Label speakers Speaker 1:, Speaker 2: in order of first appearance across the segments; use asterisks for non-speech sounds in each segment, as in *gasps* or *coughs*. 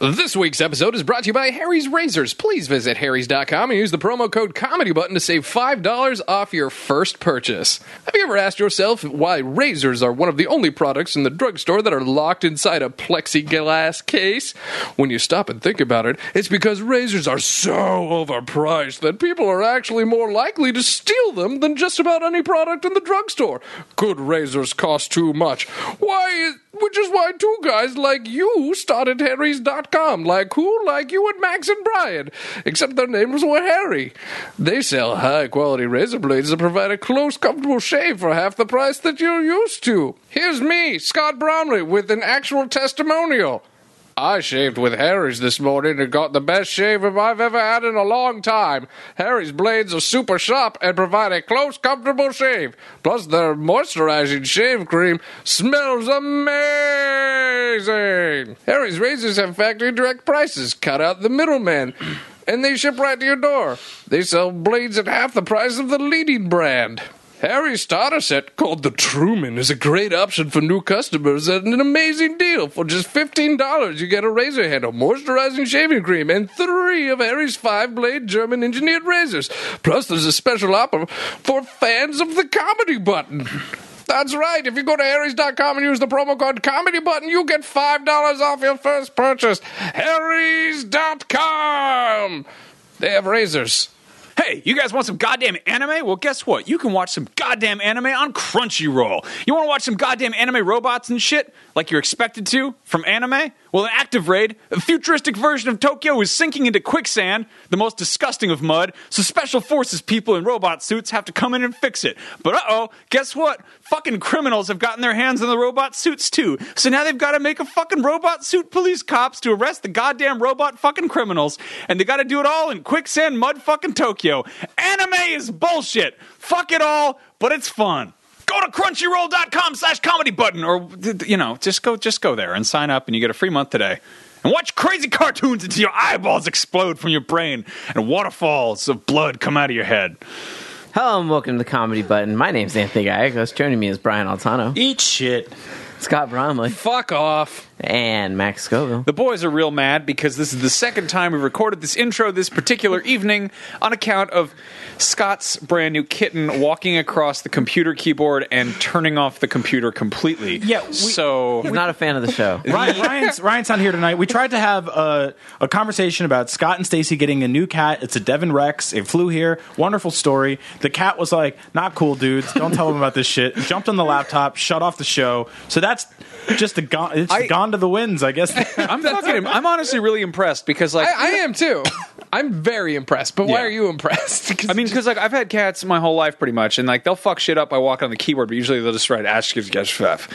Speaker 1: This week's episode is brought to you by Harry's Razors. Please visit harrys.com and use the promo code comedy button to save $5 off your first purchase. Have you ever asked yourself why razors are one of the only products in the drugstore that are locked inside a plexiglass case? When you stop and think about it, it's because razors are so overpriced that people are actually more likely to steal them than just about any product in the drugstore. Good razors cost too much. Why is which is why two guys like you started harrys.com like who like you and max and brian except their names were harry they sell high quality razor blades that provide a close comfortable shave for half the price that you're used to here's me scott bromley with an actual testimonial I shaved with Harry's this morning and got the best shave I've ever had in a long time. Harry's blades are super sharp and provide a close, comfortable shave. Plus, their moisturizing shave cream smells amazing. Harry's razors have factory direct prices. Cut out the middleman. And they ship right to your door. They sell blades at half the price of the leading brand. Harry's starter set called the Truman is a great option for new customers at an amazing deal. For just $15, you get a razor handle, moisturizing shaving cream, and three of Harry's five blade German engineered razors. Plus, there's a special offer for fans of the comedy button. That's right. If you go to Harry's.com and use the promo code comedy button, you get $5 off your first purchase. Harry's.com! They have razors.
Speaker 2: Hey, you guys want some goddamn anime? Well, guess what? You can watch some goddamn anime on Crunchyroll. You want to watch some goddamn anime robots and shit, like you're expected to from anime? Well, in Active Raid, a futuristic version of Tokyo is sinking into quicksand, the most disgusting of mud, so special forces people in robot suits have to come in and fix it. But uh oh, guess what? Fucking criminals have gotten their hands on the robot suits too, so now they've got to make a fucking robot suit police cops to arrest the goddamn robot fucking criminals, and they got to do it all in quicksand, mud, fucking Tokyo. Anime is bullshit. Fuck it all, but it's fun. Go to crunchyroll.com slash comedy button or you know, just go just go there and sign up and you get a free month today. And watch crazy cartoons until your eyeballs explode from your brain and waterfalls of blood come out of your head.
Speaker 3: Hello and welcome to the Comedy Button. My name's Anthony Gallegos. Joining me is Brian Altano,
Speaker 4: Eat shit.
Speaker 3: Scott Bromley,
Speaker 1: Fuck off.
Speaker 3: and Max Scoville.
Speaker 2: The boys are real mad because this is the second time we recorded this intro this particular evening on account of Scott's brand new kitten walking across the computer keyboard and turning off the computer completely.
Speaker 4: Yeah, we-
Speaker 2: so
Speaker 3: Not a fan of
Speaker 1: *laughs*
Speaker 3: the show.
Speaker 4: Ryan,
Speaker 2: *laughs*
Speaker 4: Ryan's Ryan's not here tonight. We tried to have a, a conversation about Scott and Stacy getting a new cat. It's a Devon Rex. It flew here. Wonderful story. The cat was like, "Not cool, dudes. Don't tell them about this shit." *laughs* Jumped on the laptop, shut off the show. So that's just the gone. It's
Speaker 2: I-
Speaker 4: gone to the winds, I guess.
Speaker 2: *laughs* I'm fucking. I'm honestly really impressed because like
Speaker 1: I, I am too. *coughs* I'm very impressed. But why
Speaker 4: Yeah.
Speaker 1: are you impressed? *laughs* 'Cause
Speaker 2: I mean, because like I've had cats my whole life, pretty much, and like they'll fuck shit up by walking on the keyboard, but usually they'll just write "ash gives gives fef,"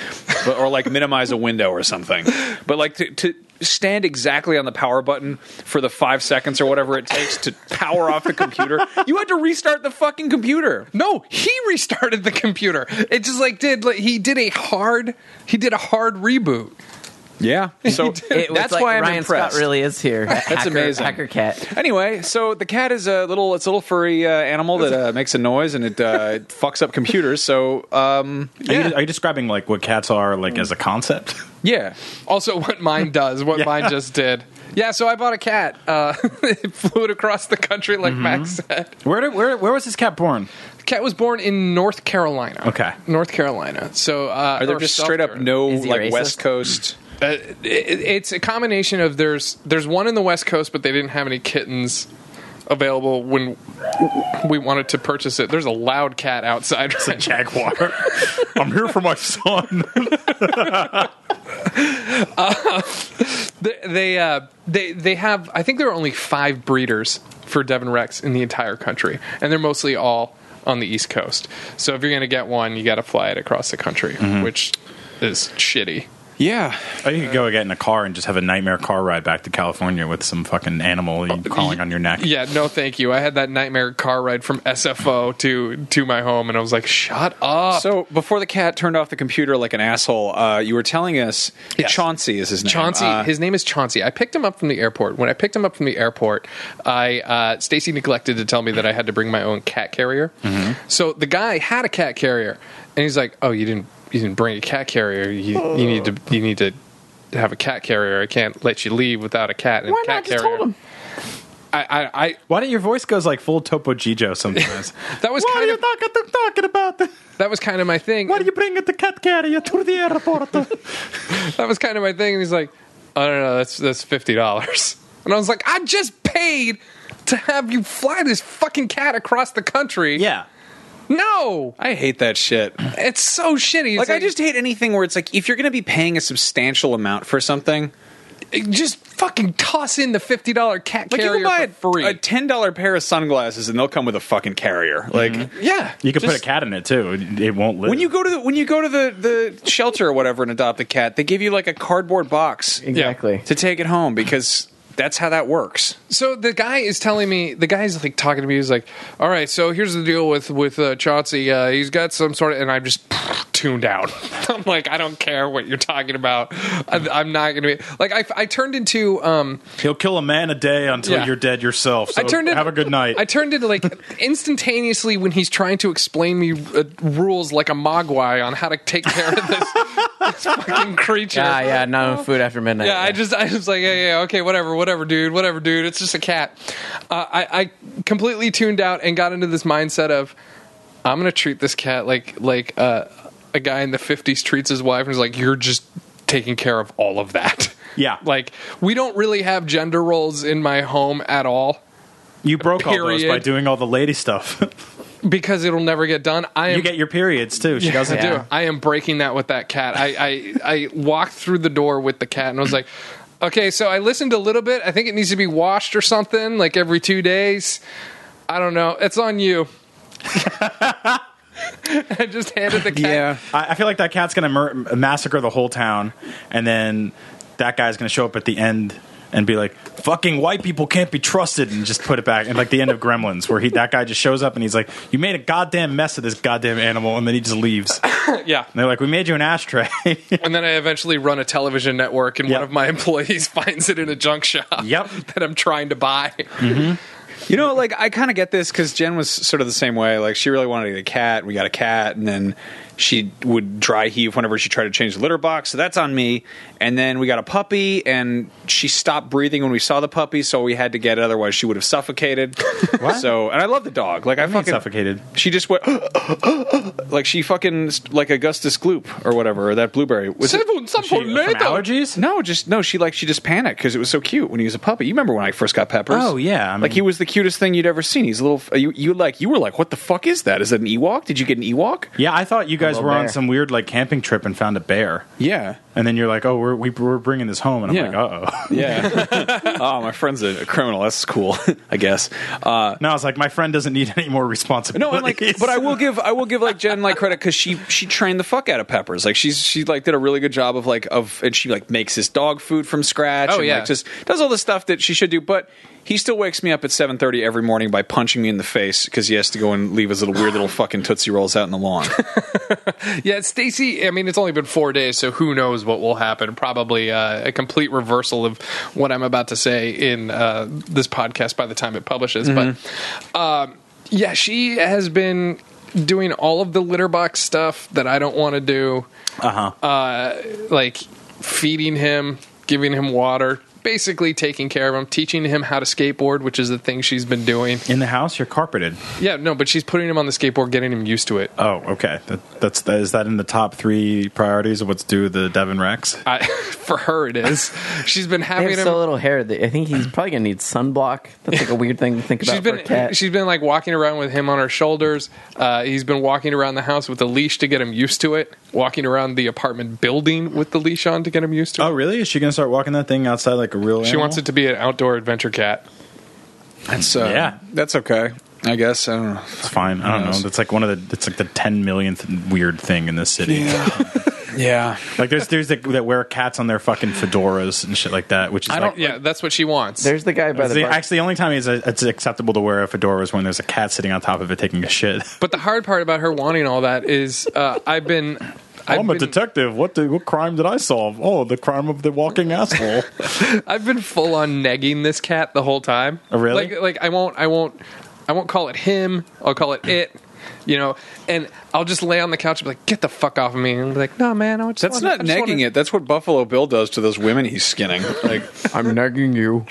Speaker 2: But- or like minimize a window or something. But like to, to stand exactly on the power button for the five seconds or whatever it takes to power off the computer, you had to restart the fucking computer.
Speaker 1: no, he restarted the computer. It just like did like he did a hard he did a hard reboot.
Speaker 2: *laughs* Yeah, so
Speaker 3: It was
Speaker 2: that's
Speaker 3: like
Speaker 2: why I'm
Speaker 3: Ryan
Speaker 2: impressed.
Speaker 3: Scott really is here. That's
Speaker 2: amazing.
Speaker 3: Hacker cat.
Speaker 2: Anyway, so the cat is a little it's a little furry uh, animal that uh, makes a noise and it, uh, *laughs* it fucks up computers. So um,
Speaker 4: Are,
Speaker 2: yeah,
Speaker 4: you, are you describing like what cats are like as a concept?
Speaker 2: yeah.
Speaker 1: Also, what mine does, *laughs* what mine just did. Yeah, so I bought a cat. Uh, *laughs* it flew it across the country, like Max said.
Speaker 4: Where did, where where was this cat born?
Speaker 1: The cat was born in North Carolina.
Speaker 4: Okay.
Speaker 1: North Carolina. So uh,
Speaker 2: Are there
Speaker 1: or
Speaker 2: just
Speaker 1: South
Speaker 2: straight up
Speaker 1: Carolina.
Speaker 2: no
Speaker 3: Is he
Speaker 2: like
Speaker 3: racist?
Speaker 2: West Coast?
Speaker 1: Uh, it, it's a combination of there's there's one in the West Coast, but they didn't have any kittens available when we wanted to purchase it. There's a loud cat outside. right now.
Speaker 4: *laughs* Jaguar. *laughs* I'm here for my *laughs* son.
Speaker 1: *laughs* They they, uh, they they have I think there are only five breeders for Devon Rex in the entire country, and they're mostly all on the East Coast. So if you're going to get one, you got to fly it across the country, which is shitty.
Speaker 2: Yeah,
Speaker 4: Or you could go get in a car and just have a nightmare car ride back to California with some fucking animal crawling on your neck.
Speaker 1: Yeah, no, thank you. I had that nightmare car ride from SFO to to my home, and I was like, "Shut up."
Speaker 2: *laughs* So before the cat turned off the computer like an asshole, uh, you were telling us
Speaker 1: Yes.
Speaker 2: Chauncey is his name.
Speaker 1: Chauncey,
Speaker 2: Uh,
Speaker 1: his name is Chauncey. I picked him up from the airport. When I picked him up from the airport, I uh, Stacy neglected to tell me that I had to bring my own cat carrier.
Speaker 3: Mm-hmm.
Speaker 1: So the guy had a
Speaker 3: Oh.
Speaker 1: cat carrier, and he's like, "Oh, you didn't, you didn't bring a cat carrier. You, you need to, you need to have a cat carrier. I can't let you leave without a cat and
Speaker 3: Why
Speaker 1: cat
Speaker 3: not? Just
Speaker 1: carrier.
Speaker 3: hold him.
Speaker 1: I, I, I
Speaker 4: Why don't your voice goes like full Topo Gijo
Speaker 2: *laughs*
Speaker 4: sometimes?
Speaker 1: That was
Speaker 4: what
Speaker 1: kind
Speaker 4: are
Speaker 1: of-
Speaker 4: you talking, talking about?
Speaker 1: that was kind of my thing.
Speaker 4: Why do you bring the cat carrier to the airport?
Speaker 1: that was kind of my thing. And he's like, I don't know, that's that's fifty dollars. *laughs* And I was like, I just paid to have you fly this fucking cat across the country.
Speaker 4: yeah,
Speaker 1: No.
Speaker 2: I hate that shit.
Speaker 1: It's so shitty. It's
Speaker 2: Like, I just hate anything where it's like if you're going to be paying a substantial amount for something,
Speaker 1: just fucking toss in the fifty dollar cat
Speaker 2: like
Speaker 1: carrier
Speaker 2: you can
Speaker 1: for
Speaker 2: buy
Speaker 1: free.
Speaker 2: a, a ten dollar pair of sunglasses and they'll come with a fucking carrier. Like
Speaker 1: Mm-hmm. yeah.
Speaker 4: you can put
Speaker 2: Just-
Speaker 4: a cat in it too. It it won't live.
Speaker 2: when you go to the when you go to the the shelter or whatever and adopt a cat, they give you like a cardboard box
Speaker 3: Exactly.
Speaker 2: to take it home because that's how that works.
Speaker 1: so the guy is telling me the guy's like talking to me he's like all right so here's the deal with with uh, Chauncey uh, he's got some sort of and I'm just *laughs* tuned out *laughs* I'm like I don't care what you're talking about I, I'm not gonna be like I, I turned into um
Speaker 4: he'll kill a man a day until
Speaker 1: Yeah.
Speaker 4: you're dead yourself. So
Speaker 1: I turned into
Speaker 4: have a good night.
Speaker 1: I turned into like *laughs* instantaneously when he's trying to explain me uh, rules like a mogwai on how to take care of this, *laughs* this fucking creature
Speaker 3: Yeah, Ah, yeah. No food after midnight.
Speaker 1: yeah, I just I was like, yeah, yeah, okay, whatever, whatever, dude, whatever, dude. It's just a cat. Uh, I, I completely tuned out and got into this mindset of I'm gonna treat this cat like like uh, a guy in the '50s treats his wife, and is like, you're just taking care of all of that. *laughs*
Speaker 4: Yeah.
Speaker 1: like we don't really have gender roles in my home at all
Speaker 4: you broke all those
Speaker 1: Period.
Speaker 4: by doing all the lady stuff. *laughs*
Speaker 1: because it'll never get done. I am *laughs*
Speaker 4: you get your periods too. She doesn't
Speaker 1: I
Speaker 3: Yeah.
Speaker 1: do. I am breaking that with that cat. I, I I walked through the door with the cat and I was like, okay, so I listened a little bit. I think it needs to be washed or something, like every two days. I don't know. It's on you. *laughs* I just handed the cat.
Speaker 4: I, I feel like that cat's gonna mur- massacre the whole town, and then that guy's gonna show up at the end and be like, "Fucking white people can't be trusted," and just put it back. And like the end of Gremlins, where he that guy just shows up and he's like, "You made a goddamn mess of this goddamn animal," and then he just leaves. And
Speaker 1: Yeah.
Speaker 4: they're like, "We made you an ashtray." *laughs*
Speaker 1: And then I eventually run a television network, and one
Speaker 4: Yeah.
Speaker 1: of my *laughs* employees finds it in a junk shop
Speaker 4: Yep.
Speaker 1: *laughs* that I'm trying to buy.
Speaker 2: You know, like I kind of get this because Jen was sort of the same way. Like she really wanted to get a cat. We got a cat, and then she would dry heave whenever she tried to change the litter box. So that's on me. And then we got a puppy, and she stopped breathing when we saw the puppy, so we had to get it. Otherwise, she would have suffocated. So, and I love the dog. Like I fucking
Speaker 4: suffocated.
Speaker 2: She just went *gasps* like she fucking like Augustus Gloop or whatever or that blueberry. Was it-
Speaker 1: Seven,
Speaker 4: She- uh,
Speaker 1: something
Speaker 4: from
Speaker 1: later.
Speaker 4: allergies?
Speaker 2: no, just no. She like she just panicked because it was so cute when he was a puppy. You remember when I first got Peppers?
Speaker 4: Oh, yeah, I
Speaker 2: like
Speaker 4: mean-
Speaker 2: he was the cutest thing you'd ever seen. He's a little uh, you you like you were like what the fuck is that? Is that an Ewok? Did you get an Ewok?
Speaker 4: Yeah, I thought you guys
Speaker 3: little
Speaker 4: were on
Speaker 3: bear.
Speaker 4: some weird like camping trip and found a bear.
Speaker 2: Yeah,
Speaker 4: And then you're like, oh, we're, we, we're bringing this home. And I'm
Speaker 2: Yeah.
Speaker 4: like, uh-oh. *laughs*
Speaker 2: yeah. *laughs* oh, my friend's a criminal. That's cool, *laughs* I guess. Uh,
Speaker 4: No, I was like, my friend doesn't need *laughs* any more responsibility.
Speaker 2: no, I'm like, but I will give I will give like Jen like credit because she she trained the fuck out of Peppers. Like she's she like did a really good job of like of and she like makes his dog food from scratch.
Speaker 1: Oh,
Speaker 2: and,
Speaker 1: yeah.
Speaker 2: like, just does all the stuff that she should do. But he still wakes me up at seven thirty every morning by punching me in the face because he has to go and leave his little weird little fucking tootsie rolls out in the lawn.
Speaker 1: Yeah, Stacy. I mean, it's only been four days, so who knows what will happen? Probably uh, a complete reversal of what I'm about to say in uh, this podcast by the time it publishes. But um, yeah, she has been doing all of the litter box stuff that I don't want to do, Uh,
Speaker 4: Uh-huh.
Speaker 1: like feeding him, giving him water, basically taking care of him, teaching him how to skateboard, which is the thing she's been doing.
Speaker 4: *laughs* In the house, you're carpeted.
Speaker 1: Yeah, no, but she's putting him on the skateboard, getting him used to it.
Speaker 4: Oh, okay. That, that's that, is that in the top three priorities of what's due the Devon Rex?
Speaker 1: I, *laughs* for her, it is. She's been
Speaker 3: They
Speaker 1: having
Speaker 3: have
Speaker 1: him.
Speaker 3: so little hair that I
Speaker 1: *laughs*
Speaker 3: think he's probably gonna need sunblock. That's like a weird thing to think about
Speaker 1: She's
Speaker 3: for a
Speaker 1: been
Speaker 3: cat.
Speaker 1: she's been like walking around with him on her shoulders. Uh, he's been walking around the house with a leash to get him used to it. Walking around the apartment building with the leash on to get him used to it.
Speaker 4: Oh, really? Is she gonna start walking that thing outside like a real?
Speaker 1: she wants it to be an outdoor adventure cat.
Speaker 2: That's uh,
Speaker 4: Yeah.
Speaker 2: That's okay. I guess I don't know.
Speaker 4: It's fine. I don't know. That's like one of the. It's like the ten millionth weird thing in this city.
Speaker 2: Yeah,
Speaker 4: *laughs* Like there's there's that, that wear cats on their fucking fedoras and shit like that, which is
Speaker 2: I
Speaker 4: like.
Speaker 2: don't-
Speaker 1: Yeah, that's what she wants.
Speaker 3: There's the guy by
Speaker 4: it's
Speaker 3: the,
Speaker 4: the-
Speaker 3: bar-
Speaker 4: actually, the only time it's, it's acceptable to wear a fedora is when there's a cat sitting on top of it taking a shit. *laughs*
Speaker 1: but the hard part about her wanting all that is uh, I've been. I've
Speaker 4: I'm a
Speaker 1: been,
Speaker 4: detective. What did, what crime did I solve? Oh, the crime of the
Speaker 3: *laughs*
Speaker 4: walking asshole.
Speaker 1: I've been full on negging this cat the whole time.
Speaker 4: Oh, really?
Speaker 1: Like, like I won't, I won't, I won't call it him. I'll call it it. you know, and I'll just lay on the couch and be like, "Get the fuck off of me!" And be like, "No, man, I just
Speaker 2: That's
Speaker 1: wanna-
Speaker 2: not
Speaker 1: I just
Speaker 2: negging
Speaker 1: wanna-
Speaker 2: it. That's what Buffalo Bill does to those women
Speaker 1: *laughs*
Speaker 2: he's skinning. Like,
Speaker 1: I'm nagging you.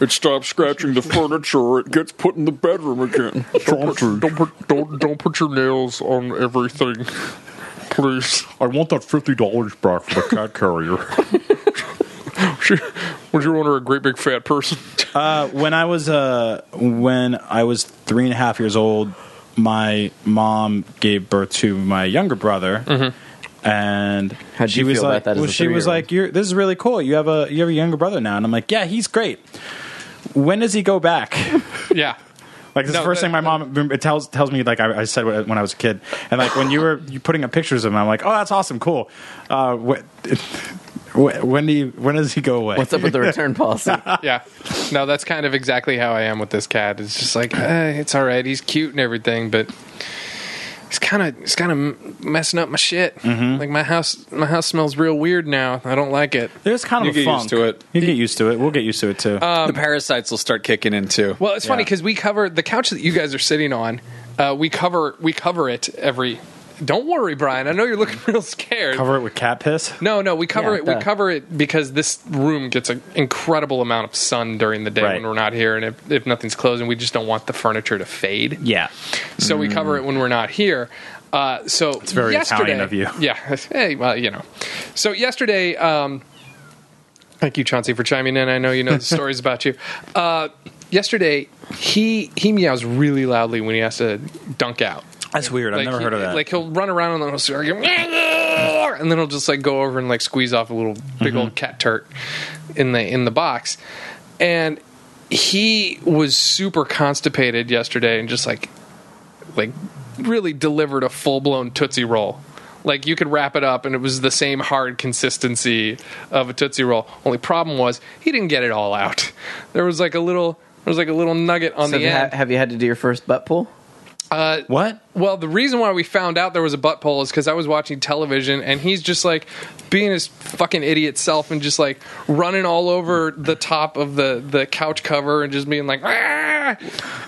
Speaker 2: it stops scratching the furniture. It gets put in the bedroom again.
Speaker 1: *laughs* Don't put, don't put don't don't put your nails on
Speaker 4: *laughs*
Speaker 1: everything, please.
Speaker 4: I want that fifty dollars back for the cat
Speaker 5: *laughs*
Speaker 4: carrier.
Speaker 1: Would you want her a great big fat person?
Speaker 4: Uh, when I was uh, when I was three and a half years old, my mom gave birth to my younger brother, and
Speaker 3: Mm-hmm. How'd
Speaker 4: she
Speaker 3: you
Speaker 4: was
Speaker 3: feel about
Speaker 4: like,
Speaker 3: that as
Speaker 4: well,
Speaker 3: a
Speaker 4: she was
Speaker 3: three-year-old?
Speaker 4: like, You're, "This is really cool. You have a you have a younger brother now," and I'm like, "Yeah, he's great." When does he go back?
Speaker 1: yeah.
Speaker 4: Like this is
Speaker 1: No,
Speaker 4: the first
Speaker 1: that-
Speaker 4: thing my mom it tells tells me. Like I, I said when I was a kid, and like when you were you putting up pictures of him, I'm like, "Oh, that's awesome, cool." Uh, what, when do you, when does he go away?
Speaker 3: What's up with the
Speaker 1: *laughs*
Speaker 3: return policy?
Speaker 1: yeah. No, that's kind of exactly how I am with this cat. It's just like eh, it's all right. He's cute and everything, but it's kind of it's kind of messing up my shit.
Speaker 2: Mm-hmm.
Speaker 1: Like my house my house smells real weird now. I don't like it.
Speaker 4: There's kind
Speaker 2: You
Speaker 4: of a
Speaker 2: get used
Speaker 4: funk.
Speaker 2: to it.
Speaker 4: You get used to it. We'll get used to it too.
Speaker 3: Uh,
Speaker 2: the parasites will start kicking in too.
Speaker 1: Um, Well, it's funny
Speaker 4: Yeah.
Speaker 1: because we cover the couch that you guys are sitting on. Uh, we cover we cover it every. Don't worry, Brian. I know you're looking *laughs* real scared.
Speaker 4: Cover it with cat piss.
Speaker 1: No, no, we cover
Speaker 3: Yeah,
Speaker 1: it. We
Speaker 3: duh.
Speaker 1: cover it because this room gets an incredible amount of sun during the day
Speaker 4: Right.
Speaker 1: when we're not here, and if, if nothing's closed, and we just don't want the furniture to fade.
Speaker 4: Yeah.
Speaker 1: So we cover it when we're not here. Uh, so it's
Speaker 4: very
Speaker 1: yesterday,
Speaker 4: Italian of you.
Speaker 1: *laughs* Yeah. Hey, well, you know. So yesterday, um, thank you, Chauncey, for chiming in. I know you know
Speaker 4: *laughs*
Speaker 1: the stories about you. Uh, yesterday, he he meows really loudly when he has to dunk out.
Speaker 4: That's weird. I've
Speaker 1: Like,
Speaker 4: never
Speaker 1: he-
Speaker 4: heard of that.
Speaker 1: Like he'll run around and then he'll start going, and then he'll just like go over and like squeeze off a little big
Speaker 4: Mm-hmm.
Speaker 1: old cat turt in the in the box. And he was super constipated yesterday and just like like really delivered a full blown tootsie roll. Like you could wrap it up and it was the same hard consistency of a tootsie roll. Only problem was he didn't get it all out. There was like a little there was like a little nugget on
Speaker 3: So have,
Speaker 1: the
Speaker 3: you ha-
Speaker 1: end.
Speaker 3: have you had to do your first butt pull?
Speaker 4: what?
Speaker 1: Well, the reason why we found out there was a butt pole is because I was watching television and he's just like being his fucking idiot self and just like running all over the top of the, the couch cover and just being like, "Ah!"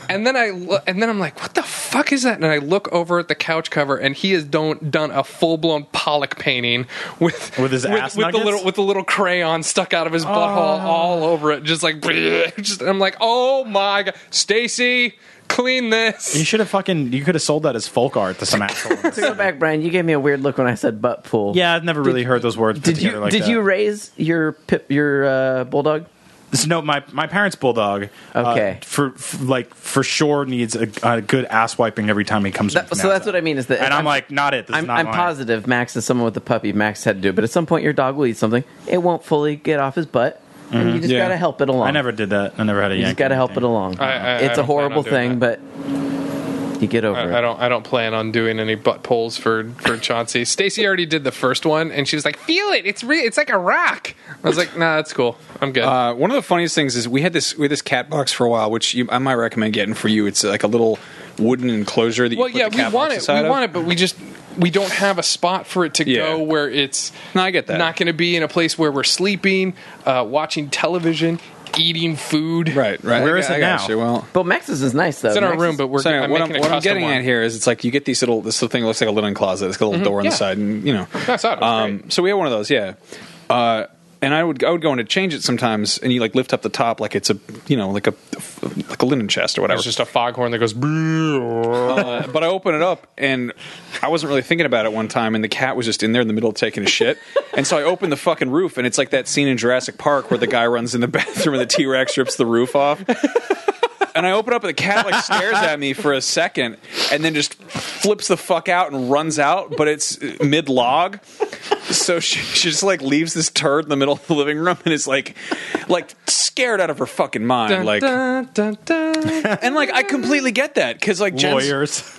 Speaker 1: and then I lo- and then I'm like, what the fuck is that? And I look over at the couch cover and he has done done a full blown Pollock painting with
Speaker 4: With his ass
Speaker 1: with the
Speaker 4: nuggets? Oh.
Speaker 1: little with the little crayon stuck out of his butthole all over it, just like *laughs* just I'm like, oh my god, Stacy. Clean this.
Speaker 4: You should have fucking. You could have sold that as folk art to
Speaker 3: *laughs*
Speaker 4: some asshole.
Speaker 3: To go back, Brian, you gave me a weird look when I said butt pull.
Speaker 4: yeah, I've never really heard those words. put
Speaker 3: Did you
Speaker 4: together like
Speaker 3: did
Speaker 4: that.
Speaker 3: you raise your pip your uh, bulldog?
Speaker 4: This- no, my my parents' bulldog. uh,
Speaker 3: Okay.
Speaker 4: for, for like for sure needs a, a good ass wiping every time he comes. in
Speaker 3: That-
Speaker 4: from
Speaker 3: so that's
Speaker 4: outside.
Speaker 3: what I mean is that
Speaker 4: And I'm, like, not it. This is
Speaker 3: I'm,
Speaker 4: not
Speaker 3: I'm
Speaker 4: mine.
Speaker 3: positive Max is someone with a puppy. Max had to do it, but at some point your dog will eat something. It won't fully get off his butt,
Speaker 1: Mm-hmm.
Speaker 3: and you just
Speaker 2: Yeah.
Speaker 3: gotta help it along.
Speaker 4: I never did that. I never had a.
Speaker 3: You
Speaker 4: Yankee
Speaker 3: just gotta help it
Speaker 4: anything.
Speaker 3: along.
Speaker 1: I- I- I
Speaker 3: it's
Speaker 1: don't
Speaker 3: a
Speaker 1: plan on
Speaker 3: horrible
Speaker 1: doing
Speaker 3: thing, but you get over it.
Speaker 1: I, I don't. I don't plan on doing any butt pulls for for Chauncey. Stacy already did the first one, and she was like, "Feel it. It's real. It's like a rock." I was like, "Nah, that's cool. I'm good."
Speaker 2: Uh, one of the funniest things is we had this we had this cat box for a while, which you, I might recommend getting for you. It's like a little wooden enclosure that
Speaker 1: well,
Speaker 2: you put
Speaker 1: yeah,
Speaker 2: the
Speaker 1: we
Speaker 2: cat
Speaker 1: want
Speaker 2: boxes
Speaker 1: it. We
Speaker 2: out of.
Speaker 1: want it, but we just we don't have a spot for it to
Speaker 2: Yeah.
Speaker 1: go where it's
Speaker 2: No, I get that.
Speaker 1: not going to be in a place where we're sleeping, uh, watching television, eating food.
Speaker 2: Right, right.
Speaker 4: Where
Speaker 2: I,
Speaker 4: is
Speaker 2: got-
Speaker 4: it
Speaker 2: I got
Speaker 4: now?
Speaker 2: you. Well,
Speaker 3: but Max's is nice though.
Speaker 1: It's in our
Speaker 3: Max's-
Speaker 1: room, but we're
Speaker 2: so anyway,
Speaker 1: I'm
Speaker 2: what, I'm,
Speaker 1: making a
Speaker 2: what I'm
Speaker 1: custom
Speaker 2: getting
Speaker 1: one.
Speaker 2: at here is it's like you get these little this little thing looks like a linen closet. It's got a little door
Speaker 1: Mm-hmm.
Speaker 2: on
Speaker 1: yeah.
Speaker 2: the side, and you know.
Speaker 1: I saw it. It was great.
Speaker 2: Um, so we had one of those, yeah. Uh, and I would I would go in to change it sometimes, and you like lift up the top like it's a you know like a like a linen chest or whatever.
Speaker 1: It's just a foghorn that goes.
Speaker 2: Uh, but I open it up and I wasn't really thinking about it one time, and the cat was just in there in the middle of taking a shit. And so I opened the fucking roof, and it's like that scene in Jurassic Park where the guy runs in the *laughs* bathroom and the T Rex rips the roof off. And I open up, and the cat like stares at me for a second, and then just flips the fuck out and runs out. But it's mid log, so she, she just like leaves this turd in the middle of the living room, and is like, like scared out of her fucking mind,
Speaker 1: Dun,
Speaker 2: *laughs*
Speaker 1: *laughs*
Speaker 2: like.
Speaker 1: dun, dun, dun.
Speaker 2: And like I completely get that because like Jen's,
Speaker 4: Lawyers.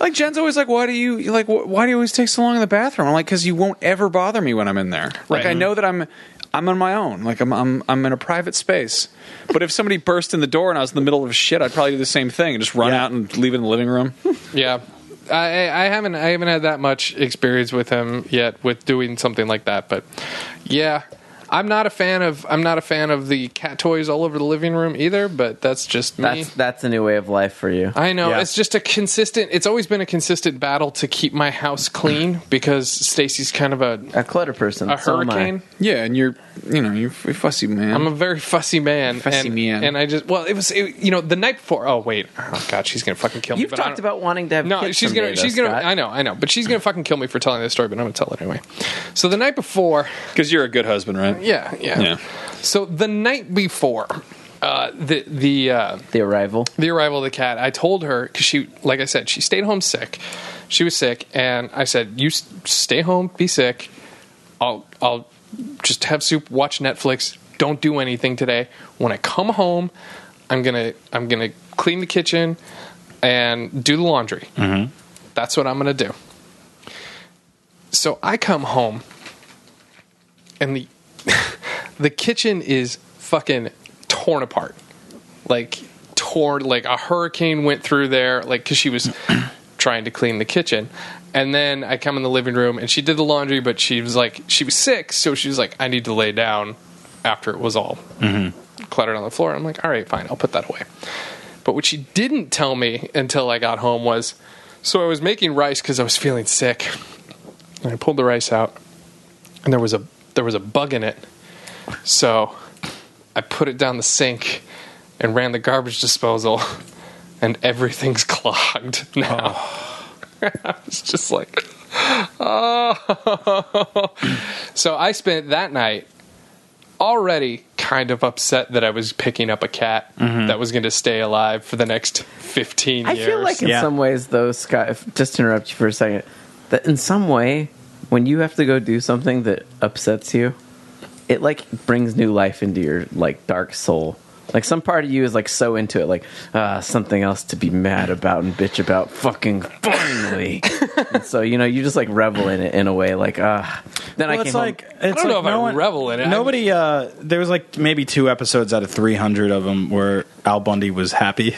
Speaker 3: *laughs*
Speaker 2: like Jen's always like, why do you like wh- why do you always take so long in the bathroom? I'm like, because you won't ever bother me when I'm in there. Like
Speaker 1: Right.
Speaker 2: I know that I'm I'm on my own. Like I'm I'm I'm in a private space. But if somebody burst in the door and I was in the middle of shit, I'd probably do the same thing and just run
Speaker 4: Yeah.
Speaker 2: out and leave it in the living room. *laughs*
Speaker 1: Yeah. I, I haven't I haven't had that much experience with him yet with doing something like that, but yeah, I'm not a fan of I'm not a fan of the cat toys all over the living room either. But that's just me.
Speaker 3: That's that's a new way of life for you.
Speaker 1: I know
Speaker 4: Yeah.
Speaker 1: it's just a consistent. It's always been a consistent battle to keep my house
Speaker 3: *clears throat*
Speaker 1: clean because Stacy's kind of a
Speaker 3: A clutter person.
Speaker 1: a
Speaker 3: so am I.
Speaker 1: hurricane.
Speaker 2: Yeah, and you're, you know, you're a fussy man.
Speaker 1: I'm a very fussy man.
Speaker 2: Fussy
Speaker 1: and,
Speaker 2: man.
Speaker 1: And I just well, it was it, you know the night before. Oh wait, oh god, she's gonna fucking kill me.
Speaker 3: You've
Speaker 1: but I
Speaker 3: talked
Speaker 1: don't-
Speaker 3: about wanting to have
Speaker 1: no,
Speaker 3: kids
Speaker 1: she's
Speaker 3: someday,
Speaker 1: gonna she's
Speaker 3: though,
Speaker 1: gonna.
Speaker 3: Scott.
Speaker 1: I know, I know, but she's gonna fucking kill me for telling this story. But I'm gonna tell it anyway. So the night before,
Speaker 2: Because you're a good husband, right?
Speaker 1: yeah, yeah.
Speaker 2: Yeah.
Speaker 1: So the night before, uh, the the. Uh,
Speaker 3: The arrival.
Speaker 1: the arrival of the cat, I told her because she, like I said, she stayed home sick. She was sick, and I said, "You s- stay home, be sick. I'll, I'll just have soup, watch Netflix. Don't do anything today. When I come home, I'm gonna, I'm gonna clean the kitchen and do the laundry. That's what I'm gonna do." So I come home, and the *laughs* the kitchen is fucking torn apart like torn like a hurricane went through there like because she was trying to clean the kitchen and then i come in the living room and she did the laundry but she was like she was sick so she was like i need to lay down after it was all cluttered on the floor i'm like all right fine i'll put that away but what she didn't tell me until i got home was so i was making rice because i was feeling sick and i pulled the rice out and there was a there was a bug in it so I put it down the sink and ran the garbage disposal, *laughs* and everything's *laughs* clogged now.
Speaker 3: Oh.
Speaker 1: *laughs* I was just like, oh. *laughs* so I spent that night already kind of upset that I was picking up a cat that was going to stay alive for the next 15
Speaker 3: Mm-hmm. I
Speaker 1: years.
Speaker 3: feel like in
Speaker 4: Yeah.
Speaker 3: some ways, though, Scott, if, just to interrupt you for a second, that in some way, when you have to go do something that upsets you, it like brings new life into your like dark soul. Like some part of you is like so into it, like ah, something else to be mad about and bitch about. Fucking
Speaker 4: *laughs*
Speaker 3: finally, And so you know you just like revel in it in a way, like ah. then I
Speaker 4: Well,
Speaker 3: came
Speaker 4: it's
Speaker 3: home-
Speaker 4: like it's
Speaker 1: I don't
Speaker 4: like
Speaker 1: know if I revel in it.
Speaker 4: Nobody. Uh, there was like maybe two episodes out of three hundred of them where Al Bundy was happy.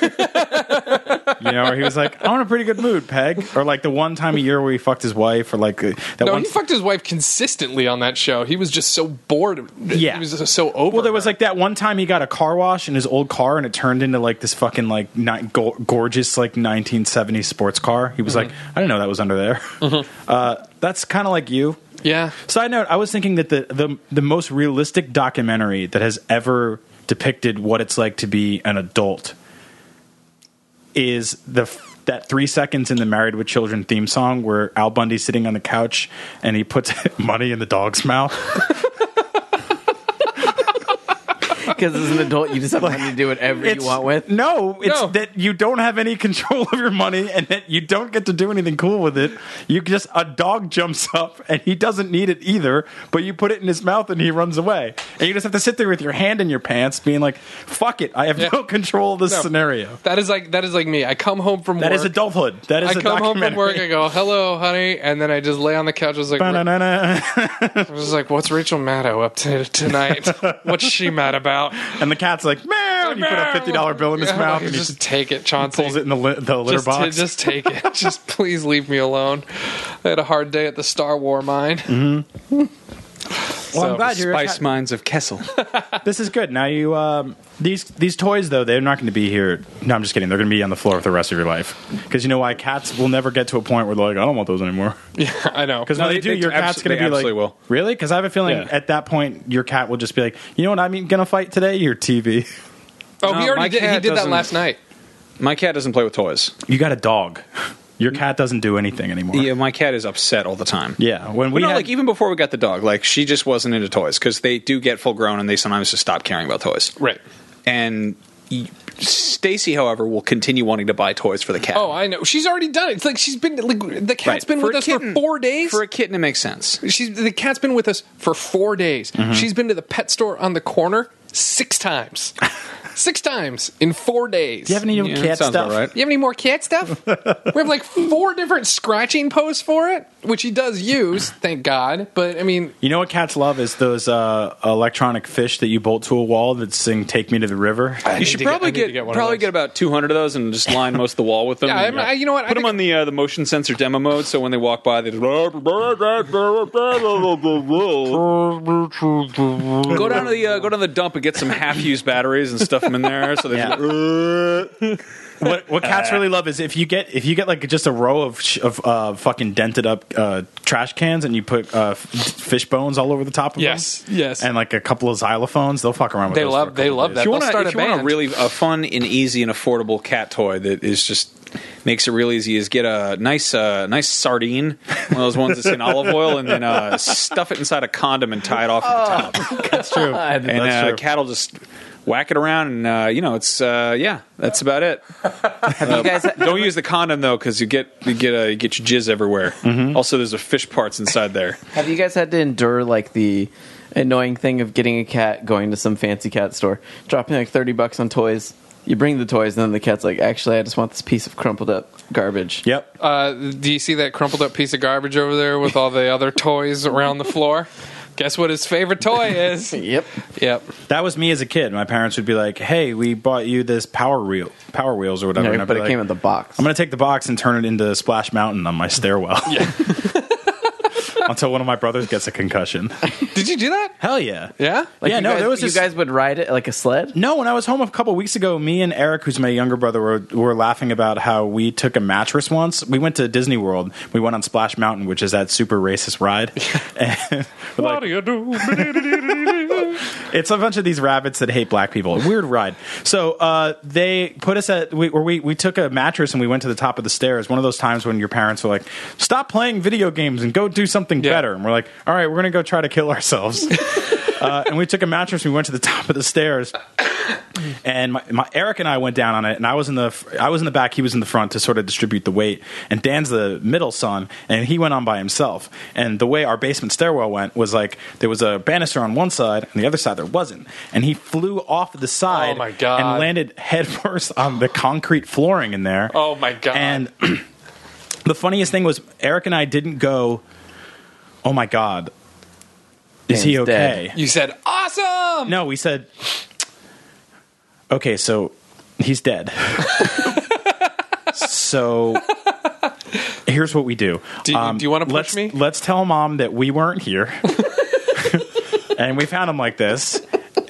Speaker 4: *laughs* you know, where he was like, "I'm in a pretty good mood, Peg," or like the one time a year where he fucked his wife, or like uh, that
Speaker 1: No,
Speaker 4: one.
Speaker 1: he fucked his wife consistently on that show. He was just so bored.
Speaker 4: Yeah.
Speaker 1: He was just so over.
Speaker 4: well, there
Speaker 1: her.
Speaker 4: was like that one time he got a car wash in his old car, and it turned into like this fucking like ni- go- gorgeous like 1970s sports car. He was like, "I didn't know that was under there." *laughs* Uh, that's kind of like you.
Speaker 1: Yeah.
Speaker 4: Side note: I was thinking that the, the the most realistic documentary that has ever depicted what it's like to be an adult is the f- that three seconds in the Married with Children theme song where Al Bundy's sitting on the couch and he puts *laughs* money in the dog's mouth.
Speaker 3: Because as an adult, you just have money
Speaker 4: *laughs*
Speaker 3: to do whatever you
Speaker 4: It's-
Speaker 3: want
Speaker 4: *laughs*
Speaker 3: with.
Speaker 4: No, it's
Speaker 1: No.
Speaker 4: that you don't have any *laughs* control of your money and that you don't get to do anything cool with it. You just a dog jumps up and he doesn't need it either, but you put it in his mouth and he runs away. And you just have to sit there with your hand in your pants, being like, "Fuck it, I have
Speaker 1: Yeah.
Speaker 4: no control of this
Speaker 1: No.
Speaker 4: scenario."
Speaker 1: That is like that is like me. I come home from
Speaker 4: That
Speaker 1: work.
Speaker 4: is adulthood. That is
Speaker 1: I
Speaker 4: a
Speaker 1: come home from work. I
Speaker 4: *laughs* documentary.
Speaker 1: go, "Hello, honey," and then I just lay on the couch. I was like, I
Speaker 4: Ba-na-na-na.
Speaker 1: was like, "What's Rachel Maddow up to
Speaker 4: *laughs*
Speaker 1: tonight? What's she mad about?"
Speaker 4: and the cat's like, "Meow." and You put a fifty dollar bill in his
Speaker 1: Yeah,
Speaker 4: mouth
Speaker 1: like,
Speaker 4: and he
Speaker 1: just
Speaker 4: just
Speaker 1: take it, Chauncey.
Speaker 4: pulls it in the, li- the litter
Speaker 1: just,
Speaker 4: box.
Speaker 1: just take
Speaker 4: *laughs*
Speaker 1: it. just please leave me alone. I had a hard day at the Star War mine.
Speaker 4: Mm-hmm. well,
Speaker 1: so,
Speaker 4: I'm glad you're
Speaker 2: Spice Mines of Kessel. *laughs*
Speaker 4: This is good. Now you um, these these toys though they're not going to be here. No, I'm just kidding. They're going to be on the floor for the rest of your life because you know why cats will never get to a point where they're like I don't want those anymore. *laughs*
Speaker 1: Yeah, *laughs* I know.
Speaker 4: Because
Speaker 2: No,
Speaker 4: when they,
Speaker 2: they-
Speaker 4: do,
Speaker 2: they
Speaker 4: your
Speaker 2: abso-
Speaker 4: cat's going
Speaker 2: they
Speaker 4: to be like
Speaker 2: absolutely will.
Speaker 4: really because I have a feeling
Speaker 2: Yeah.
Speaker 4: at that point your cat will just be like you know what I'm going to fight today your TV.
Speaker 1: Oh,
Speaker 2: No,
Speaker 1: he
Speaker 2: my
Speaker 1: already did. He
Speaker 2: cat
Speaker 1: did that
Speaker 2: doesn't-
Speaker 1: last night.
Speaker 2: My cat doesn't play with toys.
Speaker 4: *laughs* You got a dog. Your cat doesn't do anything anymore.
Speaker 2: Yeah, my cat is upset all the time.
Speaker 4: Yeah, when we
Speaker 2: But no,
Speaker 4: had-
Speaker 2: like even before we got the dog, like she just wasn't into toys because they do get full grown and they sometimes just stop caring about toys.
Speaker 1: Right.
Speaker 2: And y- Stacy, however, will continue wanting to buy toys for the cat.
Speaker 1: Oh, I know. She's already done it. It's like she's been like the cat's
Speaker 2: Right.
Speaker 1: been
Speaker 2: For
Speaker 1: with
Speaker 2: a
Speaker 1: us
Speaker 2: kitten-
Speaker 1: for four days.
Speaker 2: For a kitten, it makes sense.
Speaker 1: She's the cat's been
Speaker 2: Mm-hmm. *laughs*
Speaker 1: with us for four days. She's been to the pet store on the corner six times. Six times in four days.
Speaker 4: you have any
Speaker 2: Yeah,
Speaker 4: cat
Speaker 2: sounds
Speaker 4: stuff?
Speaker 2: about right.
Speaker 1: You have any more cat
Speaker 2: *laughs*
Speaker 1: stuff? we have like four different scratching posts for it, which he does use, thank God. But I mean,
Speaker 4: You know what cats love is those uh, electronic fish that you bolt to a wall that sing "Take Me to the River."
Speaker 2: You should probably
Speaker 1: I need to
Speaker 2: get,
Speaker 1: get one of
Speaker 2: probably
Speaker 1: those.
Speaker 2: get about 200 of those and just line most of the wall with *laughs* them.
Speaker 1: Yeah,
Speaker 2: and,
Speaker 1: I'm- I- you know what, I
Speaker 2: Put them
Speaker 1: think-
Speaker 2: on the uh, the motion sensor demo mode, so when they walk by, they just go down to the uh, go down to the dump and get some half used batteries and stuff them in there. So they
Speaker 4: *laughs* Yeah.
Speaker 3: "Uh."
Speaker 4: *laughs* what what cats really love is if you get if you get like just a row of sh- of uh, fucking dented up uh, trash cans and you put uh, f- fish bones all over the top of
Speaker 1: Yes,
Speaker 4: them.
Speaker 1: yes.
Speaker 4: and like a couple of xylophones, they'll fuck around with.
Speaker 1: they
Speaker 4: those
Speaker 1: love
Speaker 4: for a
Speaker 1: they
Speaker 4: couple
Speaker 1: love
Speaker 4: days.
Speaker 1: that.
Speaker 2: if you
Speaker 1: They'll
Speaker 2: want
Speaker 1: start
Speaker 2: to,
Speaker 1: a
Speaker 2: if you want a
Speaker 1: band.
Speaker 2: really a fun and easy and affordable cat toy that is just makes it real easy, is get a nice, uh, nice sardine, one of those ones that's in olive oil, and then uh, stuff it inside a condom and tie it off at the top,
Speaker 1: *laughs*
Speaker 4: That's true.
Speaker 3: God.
Speaker 2: and
Speaker 4: That's
Speaker 2: uh,
Speaker 4: true.
Speaker 2: cat will just whack it around, and uh, you know, it's uh, yeah, that's about it.
Speaker 3: you guys?
Speaker 2: Don't use the condom though, because you get you get uh, you get your jizz everywhere. Also, there's a fish parts inside there.
Speaker 3: Have you guys had to endure like the annoying thing of getting a cat, going to some fancy cat store, dropping like thirty bucks on toys? You bring the toys, and then the cat's like, "Actually, I just want this piece of crumpled up garbage."
Speaker 4: Yep.
Speaker 1: Uh, do you see that crumpled up piece of garbage over there with all the other toys around the
Speaker 2: *laughs*
Speaker 1: floor? Guess what his favorite toy is?
Speaker 3: Yep.
Speaker 1: yep.
Speaker 4: That was me as a kid. My parents would be like, "Hey, we bought you this power wheel, power wheels or whatever."
Speaker 3: Yeah,
Speaker 4: and I'd
Speaker 3: but
Speaker 4: be
Speaker 3: it
Speaker 4: like,
Speaker 3: came in the box.
Speaker 4: I'm gonna take the box and turn it into Splash Mountain on my stairwell. *laughs* Until one of my brothers gets
Speaker 1: *laughs*
Speaker 4: a concussion.
Speaker 1: Did you do that?
Speaker 4: Hell yeah.
Speaker 1: Yeah.
Speaker 3: like,
Speaker 4: yeah,
Speaker 3: you
Speaker 4: no,
Speaker 3: guys,
Speaker 4: there was
Speaker 3: you
Speaker 4: this-
Speaker 3: guys would ride it like a sled.
Speaker 4: No, when I was home a couple weeks ago, me and Eric, who's my younger brother, were, were laughing about how we took a mattress once. We went to Disney World. We went on Splash Mountain, which is that super racist ride. and we're like,
Speaker 1: What do you do?
Speaker 4: it's a bunch of these rabbits that hate black people. A weird ride. So uh, they put us at we, or we we took a mattress and we went to the top of the stairs. One of those times when your parents were like, "Stop playing video games and go do something better." And we're like, "All right, we're gonna go try to kill ourselves." uh, and we took a mattress. and We went to the top of the stairs. And my, my Eric and I went down on it, and I was in the fr- I was in the back, he was in the front to sort of distribute the weight. And Dan's the middle son, and he went on by himself. And the way our basement stairwell went was like there was a banister on one side, and the other side there wasn't. And he flew off the side,
Speaker 1: Oh my God.
Speaker 4: and landed headfirst on the concrete flooring in there.
Speaker 1: Oh, my God.
Speaker 4: And *clears throat* the funniest thing was Eric and I didn't go. Oh my God, is he
Speaker 3: Dan's
Speaker 4: okay?
Speaker 3: dead."
Speaker 1: you said awesome.
Speaker 4: No, we said, okay, so he's dead. so here's what we do. Um,
Speaker 1: Do you- do you wanna push
Speaker 4: let's-
Speaker 1: me?
Speaker 4: Let's tell mom that we
Speaker 1: *laughs*
Speaker 4: weren't here, and we found him like this.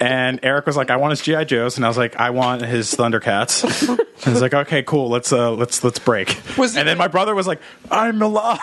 Speaker 4: And Eric was like, "I want his GI Joes," and I was like, "I want his Thundercats." And I was like, "Okay, cool. Let's uh, let's let's break."
Speaker 1: Was-
Speaker 4: and then my brother was like, "I'm alive!"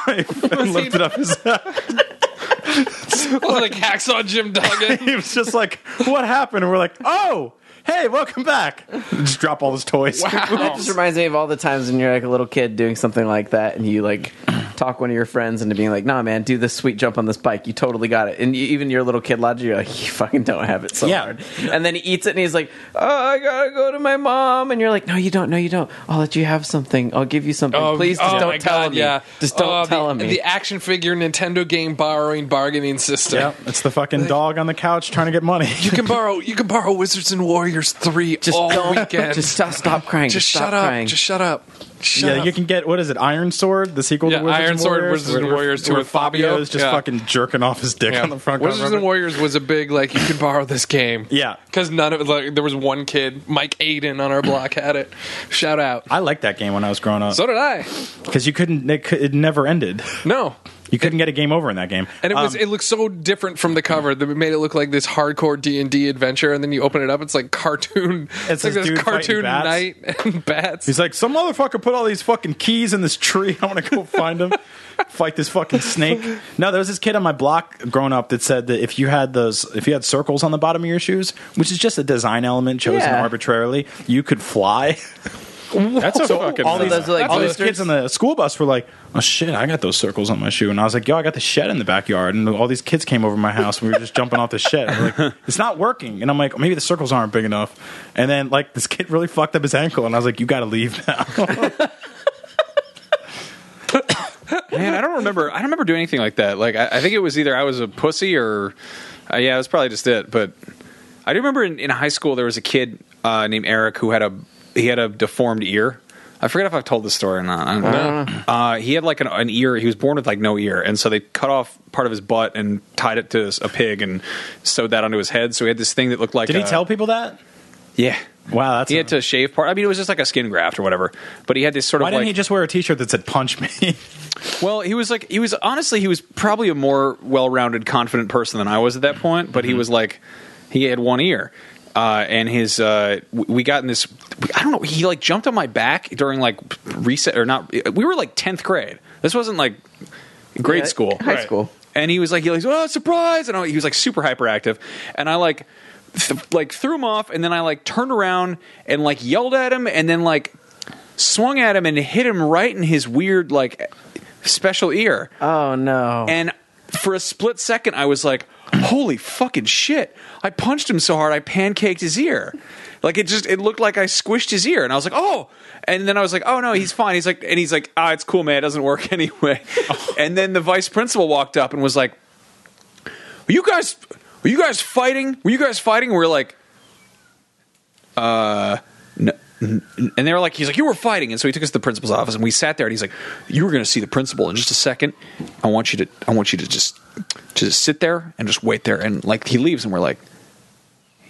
Speaker 4: and lifted
Speaker 1: *laughs*
Speaker 4: up his.
Speaker 1: Was it like hacksaw Jim
Speaker 3: *laughs*
Speaker 1: Duggan.
Speaker 4: *laughs* he was just like, "What happened?" And we're like, "Oh, hey, welcome back!" Just drop all his toys.
Speaker 3: That just reminds me of all the times when you're like a little kid doing something like that, and you like *clears throat* talk one of your friends into being like, "Nah, man, do this sweet jump on this bike. You totally got it." And you, even your little kid logic, you're like, "You fucking don't have it so
Speaker 4: Yeah.
Speaker 3: hard." And then he eats it, and he's like, "Oh, I gotta go to my mom." And you're like, "No, you don't. No, you don't. I'll let you have something. I'll give you something. Please, just
Speaker 1: oh my
Speaker 3: don't tell
Speaker 1: God,
Speaker 3: me.
Speaker 1: Yeah.
Speaker 3: Just don't
Speaker 1: Oh,
Speaker 3: tell
Speaker 1: the,
Speaker 3: me."
Speaker 1: The action figure Nintendo game borrowing bargaining system.
Speaker 4: *laughs* Yep, it's the fucking dog on the couch trying to
Speaker 1: *laughs*
Speaker 4: get money.
Speaker 1: You can borrow. You can borrow Wizards and Warriors three
Speaker 3: just
Speaker 1: all
Speaker 3: don't. *laughs*
Speaker 1: weekend.
Speaker 3: Just stop, stop crying.
Speaker 1: Just
Speaker 3: stop
Speaker 1: shut up.
Speaker 3: crying.
Speaker 1: Just shut up. Shut
Speaker 4: yeah,
Speaker 1: up.
Speaker 4: you can get what is it? Iron Sword, the sequel
Speaker 1: Yeah,
Speaker 4: to Wizards
Speaker 1: Iron
Speaker 4: and
Speaker 1: Sword,
Speaker 4: Warriors,
Speaker 1: Wizards and
Speaker 4: where-
Speaker 1: Warriors to
Speaker 4: where
Speaker 1: a Fabio.
Speaker 4: is just
Speaker 1: Yeah.
Speaker 4: fucking jerking off his dick
Speaker 1: Yeah.
Speaker 4: on the front.
Speaker 1: Wizards
Speaker 4: cover.
Speaker 1: and Warriors was a big like you could borrow this game.
Speaker 4: Yeah.
Speaker 1: because none of like there was one kid, Mike Aiden on our block had it. Shout out.
Speaker 4: I liked that game when I was growing up
Speaker 1: So did I.
Speaker 4: because you couldn't. It, cou- it never ended.
Speaker 1: No.
Speaker 4: You couldn't get a game over in that game.
Speaker 1: And it was
Speaker 4: Um,
Speaker 1: it looked so different from the cover that it made it look like this hardcore D and D adventure, and then you open it up, it's like cartoon. It's
Speaker 4: It's
Speaker 1: like
Speaker 4: this
Speaker 1: this
Speaker 4: dude
Speaker 1: cartoon
Speaker 4: fighting bats.
Speaker 1: knight *laughs* and bats.
Speaker 4: He's like, some motherfucker put all these fucking keys in this tree. *laughs* I want to go find him, fight this fucking snake. No, there was this kid on my block growing up that said that if you had those, if you had circles on the bottom of your shoes, which is just a design element chosen
Speaker 3: Yeah.
Speaker 4: arbitrarily, you could fly.
Speaker 2: That's a fucking.
Speaker 4: All these,
Speaker 3: those are like
Speaker 4: all these
Speaker 3: blisters.
Speaker 4: kids on the school bus were like, "Oh shit, I got those circles on my shoe," and I was like, "Yo, I got the shed in the backyard," and all these kids came over my house, and we were just jumping off the shed. We're like, it's not working, and I'm like, maybe the circles aren't big enough. And then like this kid really fucked up his ankle, and I was like, "You got to leave now."
Speaker 2: Man, I don't remember. I don't remember doing anything like that. Like, I, I think it was either I was a pussy or, uh, yeah, it was probably just it. But I do remember in, in high school there was a kid. uh, named Eric who had a he had a deformed ear. I forget if I've told this story or not. I don't know. Uh, he had like an, an ear. He was born with like no ear, and so they cut off part of his butt and tied it to a pig and sewed that onto his head. So he had this thing that looked like.
Speaker 4: Did he
Speaker 2: a-
Speaker 4: tell people that?
Speaker 2: Yeah.
Speaker 4: Uh, Wow, that's
Speaker 2: He
Speaker 4: a-
Speaker 2: had to shave part. I mean, it was just like a skin graft or whatever. But he had this sort
Speaker 4: Why
Speaker 2: of
Speaker 4: didn't
Speaker 2: like
Speaker 4: he just wear a T-shirt that said "Punch Me"?
Speaker 2: Well, he was like he was honestly he was probably a more well-rounded, confident person than I was at that
Speaker 3: Mm-hmm.
Speaker 2: point. But he was like he had one ear, uh, and his uh, w- we got in this. I don't know. He like jumped on my back during like reset or not. We were like tenth grade. This wasn't like grade
Speaker 3: Yeah,
Speaker 2: school,
Speaker 3: high school.
Speaker 2: And he was like, he was like, oh, surprise! And I, he was like super hyperactive, and I like. Th- like threw him off and then i like turned around and like yelled at him and then like swung at him and hit him right in his weird like special ear.
Speaker 3: Oh no!
Speaker 2: And for a split second, I was like, "Holy fucking shit!" I punched him so hard, I pancaked his ear. Like it just it looked like I squished his ear, and I was like, "Oh!" And then I was like, "Oh no, he's fine." He's like, and he's like, "Ah, it's cool, man. It doesn't work *laughs* anyway." and then the vice principal walked up and was like, "Were you guys? Were you guys fighting? Were you guys fighting?" And we we're like, and they were like, he's like, you were fighting, and so he took us to the principal's office, and we sat there, and he's like, you were going to see the principal in just a second. I want you to, I want you to just, to just sit there and just wait there, and like he leaves, and we're like,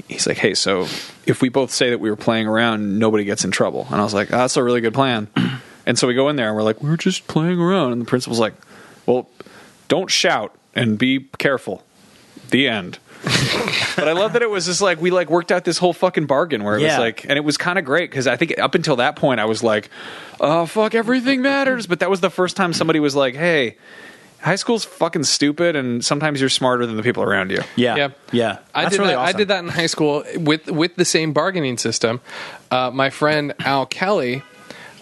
Speaker 2: he's like, hey, so if we both say that we were playing around, nobody gets in trouble, and I was like, oh, that's a really good *clears throat* plan, and so we go in there, and we're like, we were just playing around, and the principal's like, well, don't shout and be careful. The *laughs* end. but I love that it was just like we like worked out this whole fucking bargain where it was
Speaker 4: Yeah.
Speaker 2: like and it was kind of great because I think up until that point I was like, "Oh fuck, everything matters." But that was the first time somebody was like, "Hey, high school's fucking stupid, and sometimes you're smarter than the people around you."
Speaker 4: *laughs* Yeah,
Speaker 1: Yeah.
Speaker 4: yeah,
Speaker 1: I
Speaker 4: That's
Speaker 1: did
Speaker 4: really
Speaker 1: that.
Speaker 4: awesome.
Speaker 1: I did that in high school with with the same bargaining system. Uh, my friend Al Kelly,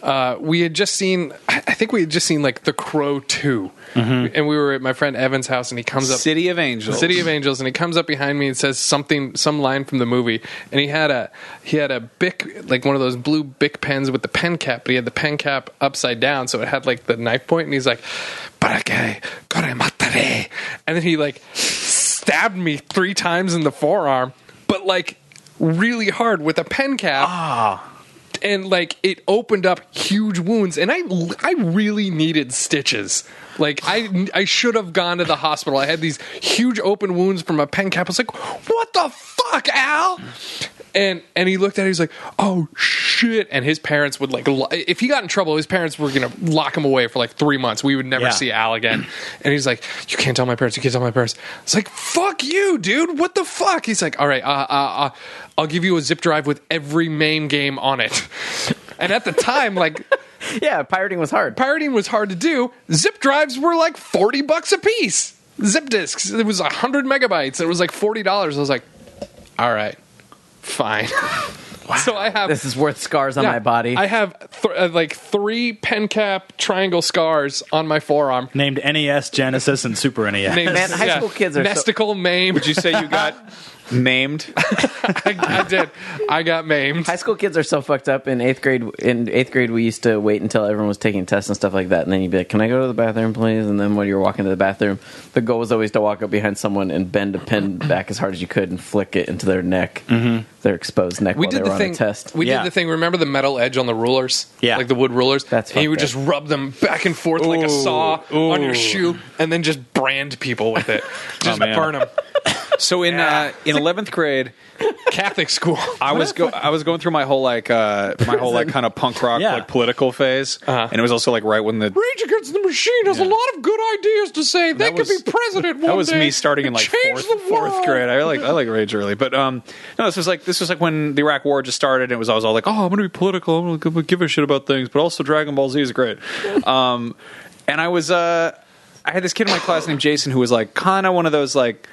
Speaker 1: uh, we had just seen. I I think we had just seen like The Crow 2
Speaker 4: Mm-hmm.
Speaker 1: and we were at my friend Evan's house, and he comes up
Speaker 2: City of Angels.
Speaker 1: City of Angels, and he comes up behind me and says something, some line from the movie. And he had a he had a bic, like one of those blue bic pens with the pen cap, but he had the pen cap upside down, so it had like the knife point. And he's like, "Para que corre matare," and then he like stabbed me three times in the forearm, but like really hard with a pen cap and like it opened up huge wounds and i i really needed stitches like i i should have gone to the hospital i had these huge open wounds from a pen cap i was like what the fuck al and and he looked at it he's like oh shit and his parents would like lo- if he got in trouble his parents were gonna lock him away for like three months we would never
Speaker 4: Yeah.
Speaker 1: see al again *clears throat* and he's like you can't tell my parents you can't tell my parents it's like fuck you dude what the fuck he's like all right uh, uh, uh, i'll give you a zip drive with every main game on it *laughs* and at the time like
Speaker 3: yeah, pirating was hard.
Speaker 1: pirating was hard to do zip drives were like 40 bucks a piece zip disks it was 100 megabytes and it was like $40 i was like all right fine *laughs* so i have
Speaker 3: this is worth scars on
Speaker 1: yeah,
Speaker 3: my body.
Speaker 1: I have th- uh, like three pen cap triangle scars on my forearm.
Speaker 4: Named NES, Genesis, and Super E NES.
Speaker 1: Named-
Speaker 3: *laughs* Man, high school kids are so-
Speaker 1: Nesticle maimed.
Speaker 2: Would you say you got maimed?
Speaker 1: *laughs* I, I did. I got maimed.
Speaker 3: High school kids are so fucked up. In eighth grade, in eighth grade, we used to wait until everyone was taking tests and stuff like that, and then you'd be like, "Can I go to the bathroom, please?" And then when you were walking to the bathroom, the goal was always to walk up behind someone and bend
Speaker 1: *clears throat*
Speaker 3: a pin back as hard as you could and flick it into their neck, their exposed neck.
Speaker 1: Mm-hmm. We
Speaker 3: while
Speaker 1: did
Speaker 3: they
Speaker 1: the
Speaker 3: were
Speaker 1: thing.
Speaker 3: on a test.
Speaker 1: We
Speaker 4: Yeah.
Speaker 1: did the thing. Remember the metal edge on the rulers?
Speaker 4: Yeah.
Speaker 1: like the wood rulers.
Speaker 3: That's
Speaker 1: and you would
Speaker 3: fucked
Speaker 1: just rub them back and forth like a saw
Speaker 2: Ooh,
Speaker 1: on
Speaker 2: ooh.
Speaker 1: your shoe, and then just brand people with *laughs* it. Just
Speaker 2: man.
Speaker 1: burn them.
Speaker 2: So in uh, in eleventh grade,
Speaker 1: Catholic school.
Speaker 2: I was go I was going through my whole like uh, my whole like kind of punk rock
Speaker 4: Yeah.
Speaker 2: like political phase,
Speaker 1: Uh-huh.
Speaker 2: and it was also like right when the
Speaker 1: *laughs* Rage Against the Machine has a lot of good ideas to say. They
Speaker 2: That
Speaker 1: could
Speaker 2: was-
Speaker 1: be president one
Speaker 2: that was
Speaker 1: day
Speaker 2: me starting in
Speaker 1: and
Speaker 2: like
Speaker 1: change
Speaker 2: fourth,
Speaker 1: the
Speaker 2: fourth
Speaker 1: world.
Speaker 2: grade. I like I like rage early, but um, no, this was like this was like when the Iraq War just started. And it was I was all like, oh, I'm gonna be political. I'm gonna give- give a shit about things, but also Dragon Ball Z
Speaker 1: *laughs*
Speaker 2: is great. um, and I was uh, I had this kid in my class named Jason who was like kind of one of those like.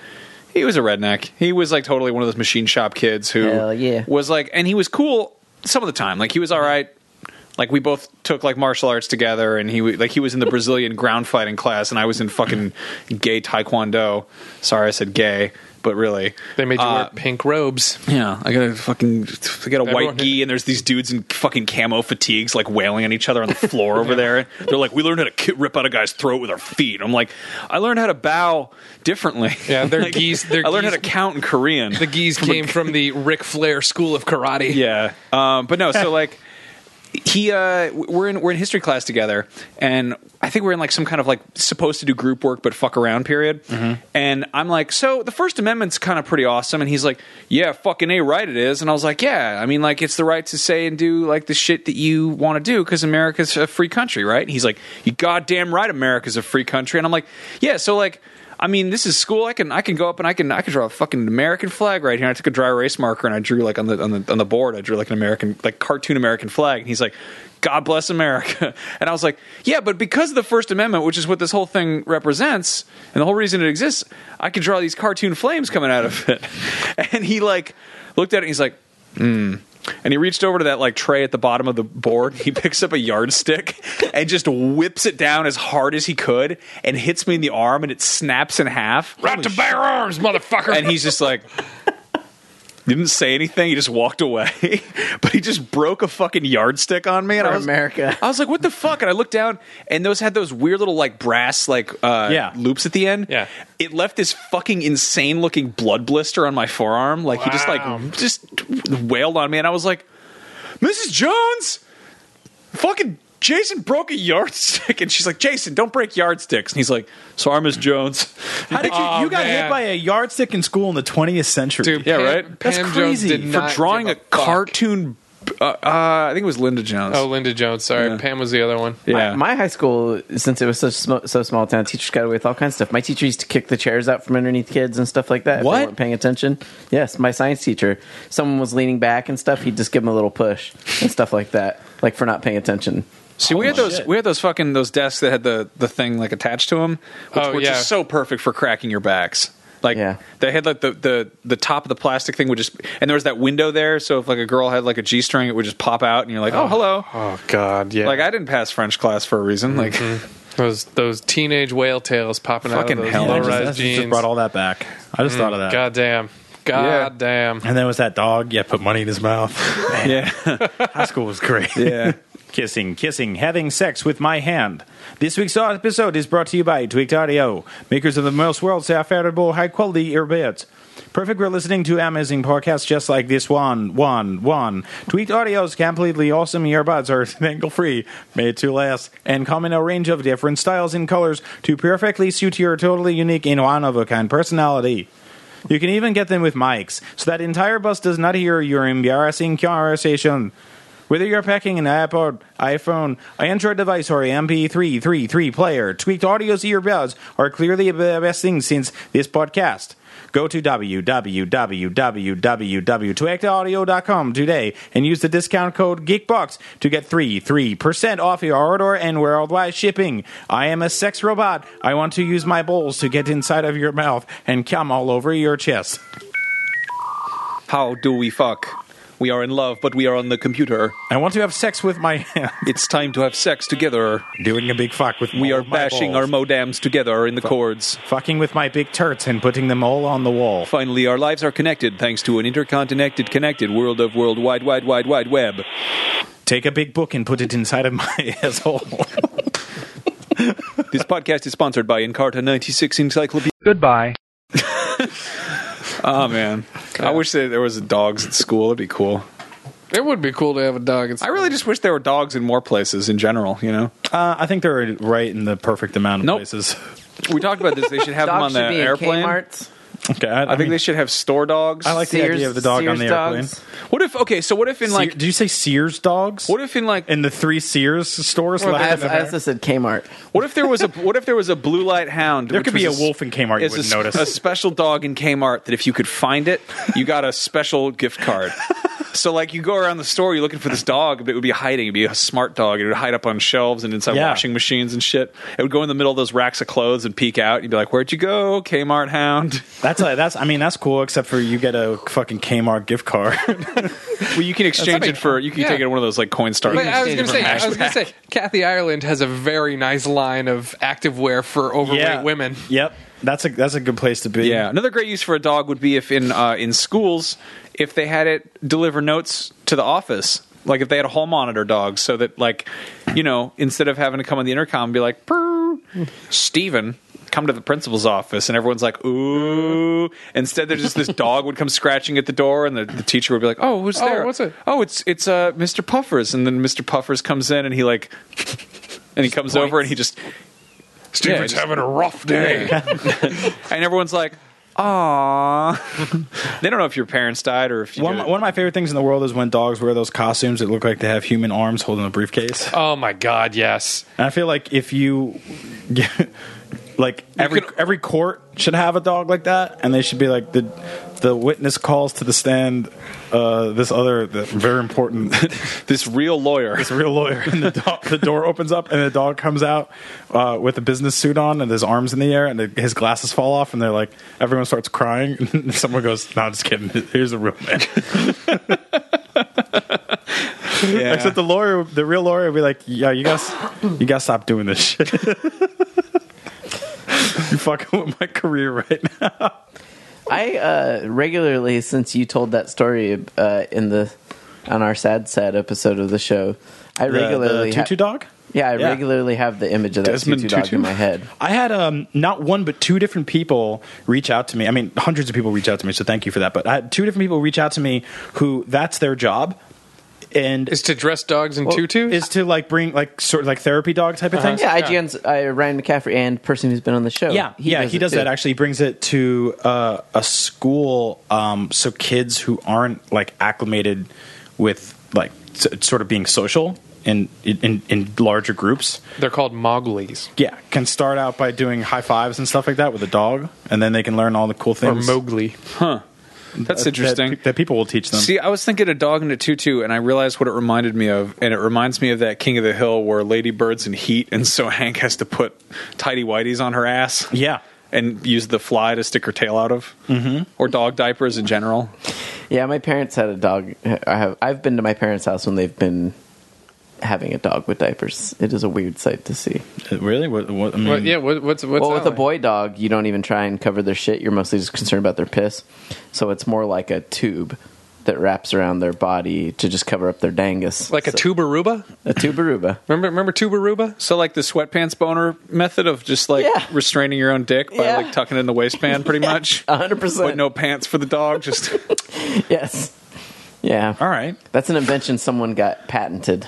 Speaker 2: He was a redneck. He was like totally one of those machine shop kids who
Speaker 3: Hell yeah.
Speaker 2: was like, and he was cool some of the time. Like he was all right. Like we both took like martial arts together, and he w- like he was in the Brazilian ground fighting class, and I was in fucking gay taekwondo. Sorry, I said gay. but really,
Speaker 1: They made you wear
Speaker 2: Uh,
Speaker 1: pink robes.
Speaker 2: yeah, I got a fucking, I got a
Speaker 1: Everyone-
Speaker 2: white gi, and there's these dudes in fucking camo fatigues, like wailing on each other on the floor over there. They're like, we learned how to ki- rip out a guy's throat with our feet. I'm like, I learned how to bow differently.
Speaker 1: Yeah, their
Speaker 2: *laughs* Like,
Speaker 1: gis- their
Speaker 2: I learned
Speaker 1: gis-
Speaker 2: how to count in Korean.
Speaker 1: The geese came from the Ric Flair school of karate.
Speaker 2: Yeah. *laughs* Um, but no, so like he uh w- we're in we're in history class together and I think we're in like some kind of like supposed to do group work but fuck around period. And I'm like, so the first amendment's kind of pretty awesome and he's like, yeah, fucking A right it is. And I was like, yeah, I mean like it's the right to say and do like the shit that you want to do cuz America's a free country, right? And he's like, you goddamn right America's a free country. And I'm like, yeah, so like I mean, this is school. I can I can go up and I can I can draw a fucking American flag right here. And I took a dry erase marker and I drew like on the on the on the board. I drew like an American like cartoon American flag. And he's like, "God bless America." *laughs* And I was like, "Yeah, but because of the First Amendment, which is what this whole thing represents, and the whole reason it exists, I could draw these cartoon flames coming out of it." *laughs* And he like looked at it. and He's like, and he reached over to that like tray at the bottom of the board. He *laughs* picks up a yardstick and just whips it down as hard as he could and hits me in the arm and it snaps in half.
Speaker 1: Right to bear arms, motherfucker.
Speaker 2: *laughs* And he's just like didn't say anything. He just walked away. *laughs* but he just broke a fucking yardstick on me and I
Speaker 3: For
Speaker 2: was
Speaker 3: America.
Speaker 2: I was like, "What the fuck?" And I looked down and those had those weird little like brass like uh
Speaker 4: Yeah.
Speaker 2: loops at the end.
Speaker 1: Yeah.
Speaker 2: It left this fucking insane looking blood blister on my forearm. Like he just
Speaker 1: Wow.
Speaker 2: like just wailed on me and I was like Mrs. Jones, fucking Jason broke a yardstick, *laughs* and she's like, Jason, don't break yardsticks. And he's like, sorry, Miss Jones.
Speaker 4: *laughs*
Speaker 2: Uh,
Speaker 4: How did you?
Speaker 1: Oh,
Speaker 4: you got
Speaker 1: man.
Speaker 4: hit by a yardstick in school in the 20th century.
Speaker 1: Dude,
Speaker 2: Yeah,
Speaker 1: Pam,
Speaker 2: right?
Speaker 1: Pam
Speaker 4: That's crazy.
Speaker 1: Jones did
Speaker 2: For
Speaker 1: not
Speaker 2: drawing a,
Speaker 1: give fuck.
Speaker 2: cartoon, uh, uh, I think it was Linda Jones.
Speaker 1: Oh, Linda Jones. Sorry,
Speaker 2: Yeah.
Speaker 1: Pam was the other one.
Speaker 2: yeah.
Speaker 3: My, my high school, since it was such sm- so small town, teachers got away with all kinds of stuff. My teacher used to kick the chairs out from underneath kids and stuff like that. If
Speaker 2: What?
Speaker 3: they weren't paying attention? Yes, my science teacher. Someone was leaning back and stuff. He'd just give them a little push and stuff like that, like for not paying attention.
Speaker 2: See, we had
Speaker 1: Oh,
Speaker 2: those
Speaker 4: shit.
Speaker 2: we had those fucking those desks that had the the thing like attached to them, which
Speaker 1: Oh,
Speaker 2: were
Speaker 1: yeah.
Speaker 2: just so perfect for cracking your backs. Like
Speaker 3: Yeah.
Speaker 2: they had like the, the the top of the plastic thing would just and there was that window there, so if like a girl had like a g string, it would just pop out, and you're like, oh, hello.
Speaker 1: Oh God, yeah. Mm-hmm.
Speaker 2: Like I didn't pass French class for a reason. Like
Speaker 1: those those teenage whale tails popping
Speaker 2: Fucking
Speaker 1: out of those
Speaker 2: hell.
Speaker 4: Yeah,
Speaker 1: low
Speaker 4: I just-
Speaker 1: rise
Speaker 4: that's-
Speaker 1: jeans.
Speaker 4: just brought all that back. I just thought of that.
Speaker 1: God damn. God damn.
Speaker 4: And then was that dog? Yeah, put money in
Speaker 2: *laughs*
Speaker 4: his mouth. Man,
Speaker 2: yeah.
Speaker 4: high school was great.
Speaker 2: *laughs* Yeah.
Speaker 4: kissing, kissing, having sex with my hand. This week's episode is brought to you by Tweaked Audio, makers of the most world-affordable, high-quality earbuds. Perfect for listening to amazing podcasts just like this one, one, one. Tweaked Audio's completely awesome earbuds are *laughs* tangle-free, made to last, and come in a range of different styles and colors to perfectly suit your totally unique and one-of-a-kind personality. You can even get them with mics, so that entire bus does not hear your embarrassing conversation. Whether you're packing an iPod, iPhone, Android device, or a MP3 3, 3 player, tweaked audio's earbuds are clearly the best thing since this podcast. Go to www.tweakedaudio.com today and use the discount code GeekBox to get 3 3% off your order and worldwide shipping. I am a sex robot. I want to use my balls to get inside of your mouth and come all over your chest.
Speaker 2: *laughs* How do we fuck? We are in love, but we are on the computer.
Speaker 4: I want to have sex with my hand.
Speaker 2: It's time to have sex together.
Speaker 4: *laughs* Doing a big fuck with
Speaker 2: We
Speaker 4: all
Speaker 2: are
Speaker 4: of my
Speaker 2: bashing our
Speaker 4: balls.
Speaker 2: modems together in the cords.
Speaker 4: fucking with my big turts and putting them all on the wall.
Speaker 2: Finally, our lives are connected thanks to an interconnected, connected world of world wide, wide, wide, wide web.
Speaker 4: Take a big book and put it inside of my *laughs* asshole.
Speaker 2: This podcast is sponsored by Encarta 96 Encyclopedia.
Speaker 5: Goodbye.
Speaker 2: Oh, man. I wish that there was dogs at school. It'd be cool.
Speaker 1: It would be cool to have a dog. It's
Speaker 2: I really just wish there were dogs in more places in general, you know?
Speaker 4: Uh, I think they're right in the perfect amount of
Speaker 2: Nope.
Speaker 4: places. *laughs*
Speaker 2: We talked about this. They should have them on
Speaker 3: Dogs should
Speaker 2: the
Speaker 3: be in
Speaker 2: airplane. I
Speaker 3: Kmart's.
Speaker 4: Okay, I, I
Speaker 2: think
Speaker 4: mean,
Speaker 2: they should have store dogs.
Speaker 4: I like the idea of the dog
Speaker 3: Sears
Speaker 4: on the airplane.
Speaker 3: dogs.
Speaker 2: What if, okay, so what if in
Speaker 4: Like,
Speaker 2: like,
Speaker 4: did you say Sears dogs?
Speaker 2: what if in like,
Speaker 4: in the three Sears stores? left
Speaker 3: As,
Speaker 4: in
Speaker 3: as I
Speaker 4: America?
Speaker 3: said, Kmart.
Speaker 2: what if there was a, what if there was a blue light hound?
Speaker 4: there
Speaker 2: which
Speaker 4: could be a
Speaker 2: was
Speaker 4: wolf in Kmart you
Speaker 2: It's a,
Speaker 4: wouldn't
Speaker 2: s-
Speaker 4: notice.
Speaker 2: a special dog in Kmart that if you could find it, you got a special gift *laughs* card. So like you go around the store, you're looking for this dog, but it would be hiding. It'd be a smart dog. It would hide up on shelves and inside
Speaker 4: Yeah.
Speaker 2: washing machines and shit. It would go in the middle of those racks of clothes and peek out. You'd be like, "Where'd you go, Kmart hound?"
Speaker 4: that's a, that's. I mean, that's cool. Except for you get a fucking Kmart gift card.
Speaker 2: Well, you can exchange it for you can
Speaker 1: Yeah.
Speaker 2: take it to one of those like Coinstar.
Speaker 1: But I was
Speaker 2: things.
Speaker 1: gonna say, I was gonna say, Kathy Ireland has a very nice line of active wear for overweight women.
Speaker 4: Yep. That's a that's a good place to be.
Speaker 2: Yeah, another great use for a dog would be if in uh, in schools, if they had it deliver notes to the office, like if they had a hall monitor dog, so that like, you know, instead of having to come on the intercom and be like, "Prrr, Steven, come to the principal's office, and everyone's like, ooh. Instead,
Speaker 1: *laughs*
Speaker 2: there's just this dog would come scratching at the door, and the, the teacher would be like, oh, who's
Speaker 1: Oh,
Speaker 2: there?
Speaker 1: what's it?
Speaker 2: Oh, it's it's uh, Mr. Puffers, and then Mr. Puffers comes in, and he like, *laughs* and he comes over, and he just
Speaker 1: Steven's
Speaker 2: just-
Speaker 1: having a rough day.
Speaker 2: and everyone's like, "Aw." they don't know if your parents died or if you.
Speaker 4: One, of my- one of my favorite things in the world is when dogs wear those costumes that look like they have human arms holding a briefcase.
Speaker 1: Oh my god, yes.
Speaker 4: And I feel like if you, *laughs* like every
Speaker 1: can-
Speaker 4: every court should have a dog like that, and they should be like the the witness calls to the stand. Uh, this other the very important
Speaker 2: this real lawyer.
Speaker 4: this real lawyer, and the dog, the door opens up, and the dog comes out uh, with a business suit on, and his arms in the air, and his glasses fall off, and they're like everyone starts crying, *laughs* and someone goes, "No, I'm just kidding. *laughs* Here's a real man." Except the lawyer, the real lawyer, would be like, "Yeah, you guys, you guys stop doing this shit. *laughs* you fucking with my career right now."
Speaker 3: I uh, regularly, since you told that story uh, in the on our sad sad episode of the show, I regularly
Speaker 4: the, the
Speaker 3: ha-
Speaker 4: tutu dog.
Speaker 3: Yeah, I
Speaker 4: Yeah.
Speaker 3: regularly have the image of that
Speaker 2: Desmond
Speaker 3: tutu dog
Speaker 2: Tutu.
Speaker 3: in my head.
Speaker 4: I had um, not one but two different people reach out to me. I mean, hundreds of people reach out to me, so thank you for that. But I had two different people reach out to me who that's their job, and
Speaker 1: Is to dress dogs in tutus?
Speaker 4: is to like bring like sort of like therapy dog type of thing.
Speaker 3: Yeah, IGN's uh, Ryan McCaffrey and person who's been on the show.
Speaker 4: Yeah, yeah, he
Speaker 3: it
Speaker 4: does
Speaker 3: too.
Speaker 4: that. Actually, he brings it to uh, a school, um, so kids who aren't like acclimated with like s- sort of being social in in, in larger groups.
Speaker 1: They're called Moglis.
Speaker 4: Yeah, can start out by doing high fives and stuff like that with a dog, and then they can learn all the cool
Speaker 1: Or
Speaker 4: things.
Speaker 1: Mowgli.
Speaker 2: That's
Speaker 4: that-
Speaker 2: interesting.
Speaker 4: That, that people will teach them.
Speaker 2: See, I was thinking a dog in a tutu, and I realized what it reminded me of, and it reminds me of that King of the Hill where Lady Bird's in heat, and so Hank has to put tidy whities on her ass.
Speaker 4: yeah,
Speaker 2: And use the fly to stick her tail out of, mm-hmm. or dog diapers in general.
Speaker 3: Yeah, my parents had a dog. I have. I've been to my parents' house when they've been having a dog with diapers. It is a weird sight to see.
Speaker 4: Uh, really? What? what I mean,
Speaker 1: What, yeah, what, what's what's
Speaker 3: well,
Speaker 1: that
Speaker 3: with a
Speaker 1: like?
Speaker 3: boy dog, you don't even try and cover their shit. You're mostly just concerned about their piss. So it's more like a tube that wraps around their body to just cover up their dangus.
Speaker 1: Like a
Speaker 3: So-
Speaker 1: tubaruba?
Speaker 3: A tubaruba.
Speaker 1: Remember remember tubaruba?
Speaker 2: So, like the sweatpants boner method of just like
Speaker 3: Yeah.
Speaker 2: restraining your own dick by
Speaker 3: Yeah.
Speaker 2: like tucking it in the waistband, pretty much.
Speaker 3: A 100%.
Speaker 2: But no pants for the dog, just
Speaker 3: Yes. Yeah.
Speaker 4: all right.
Speaker 3: That's an invention someone got patented.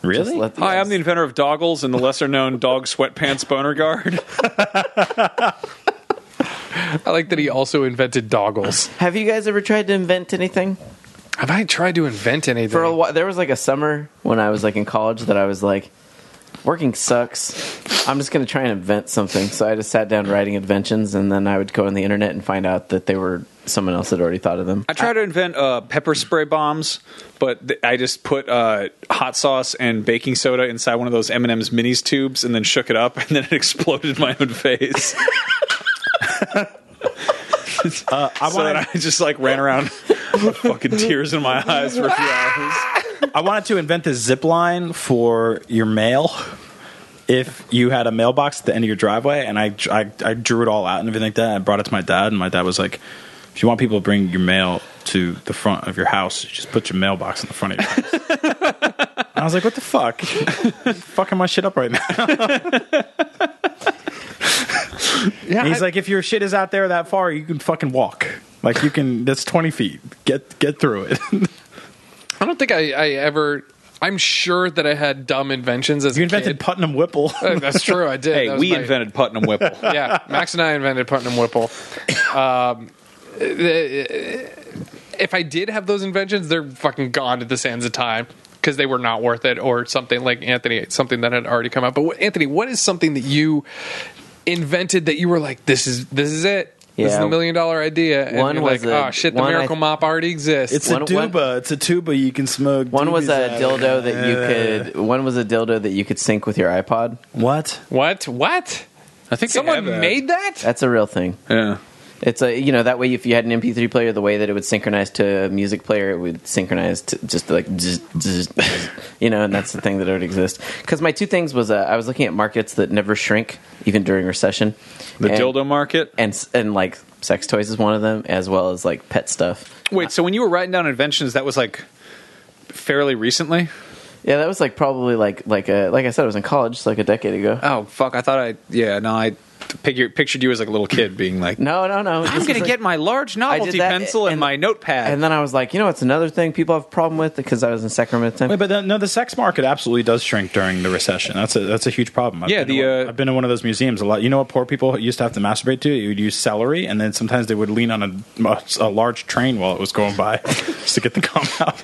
Speaker 4: Really?
Speaker 3: Just let the-
Speaker 2: Hi, I'm the inventor of doggles and the lesser known dog sweatpants boner guard.
Speaker 1: I like that he also invented doggles.
Speaker 3: Have you guys ever tried to invent anything?
Speaker 1: Have I tried to invent anything?
Speaker 3: For a while, there was like a summer when I was like in college that I was like, working sucks. I'm just going to try and invent something. So I just sat down writing inventions, and then I would go on the internet and find out that they were someone else had already thought of them.
Speaker 2: I tried to invent uh, pepper spray bombs, but th- I just put uh, hot sauce and baking soda inside one of those M and M's minis tubes and then shook it up, and then it *laughs* exploded in my own *laughs* face.
Speaker 4: Uh, I
Speaker 2: so then
Speaker 4: wanted.
Speaker 2: I just like ran around, with fucking tears in my eyes for a few hours.
Speaker 4: I wanted to invent this zip line for your mail. If you had a mailbox at the end of your driveway, and I, I, I drew it all out and everything like that, I brought it to my dad, and my dad was like, "If you want people to bring your mail to the front of your house, just put your mailbox in the front of your house." And I was like, "What the fuck? *laughs* You're fucking my shit up right now."
Speaker 1: yeah,
Speaker 4: And
Speaker 1: I-
Speaker 4: *laughs* he's like, "If your shit is out there that far, you can fucking walk. Like you can. That's twenty feet. Get get through it."
Speaker 1: I don't think I, I ever. I'm sure that I had dumb inventions as
Speaker 4: you
Speaker 1: a
Speaker 4: invented *laughs*
Speaker 1: kid. *laughs*
Speaker 3: *laughs*
Speaker 4: Putnam Whipple.
Speaker 1: Uh, That's true. I did. That
Speaker 2: Hey,
Speaker 1: was
Speaker 2: we
Speaker 1: my-
Speaker 2: invented Putnam Whipple.
Speaker 1: Yeah, Max and I invented Putnam Whipple. Um, the- if I did have those inventions, they're fucking gone at the sands of time because they were not worth it, or something like Anthony, something that had already come out. But what, Anthony, what is something that you invented that you were like, this is this is it. This is
Speaker 3: Yeah.
Speaker 1: the million dollar idea. And
Speaker 3: One
Speaker 1: you're
Speaker 3: was
Speaker 1: like,
Speaker 3: a-
Speaker 1: oh shit, the
Speaker 3: one I-
Speaker 1: miracle mop already exists.
Speaker 4: It's
Speaker 3: One-
Speaker 4: a
Speaker 3: one-
Speaker 4: tuba. it's a tuba you can smoke.
Speaker 3: One was
Speaker 4: doobies
Speaker 3: a
Speaker 4: out of. Uh,
Speaker 3: dildo that you could. One was a dildo that you could sync with your iPod.
Speaker 4: What?
Speaker 1: what? What?
Speaker 2: I think
Speaker 1: Someone made that?
Speaker 3: That's a real thing.
Speaker 2: *laughs* Yeah.
Speaker 3: It's a you know that way if you had an MP3 player, the way that it would synchronize to a music player, it would synchronize to just like zzz, zzz, zzz, *laughs* you know, and that's the thing that would exist. Because my two things was uh, I was looking at markets that never shrink even during recession.
Speaker 6: The
Speaker 3: and,
Speaker 6: dildo market.
Speaker 3: and s- and like sex toys is one of them, as well as like pet stuff.
Speaker 2: Wait, so when you were writing down inventions, that was like fairly recently?
Speaker 3: Yeah, that was like probably like like a like I said, I was in college, so like a decade ago.
Speaker 2: Oh fuck! I thought I yeah no I figure, pictured you as like a little kid being like
Speaker 3: No, no, no.
Speaker 2: I'm gonna get my large novelty
Speaker 3: that,
Speaker 2: pencil and,
Speaker 3: and-
Speaker 2: my notepad.
Speaker 3: And then I was like, you know, it's another thing people have a problem with because I was in Sacramento. at the time.
Speaker 4: Wait, but the, no, the sex market absolutely does shrink during the recession. That's a that's a huge problem. I've
Speaker 2: Yeah,
Speaker 4: been
Speaker 2: the,
Speaker 4: to one-
Speaker 2: uh,
Speaker 4: I've been in one of those museums a lot. You know what poor people used to have to masturbate to? You would use celery, and then sometimes they would lean on a, a large train while it was going by *laughs* just to get the cum out.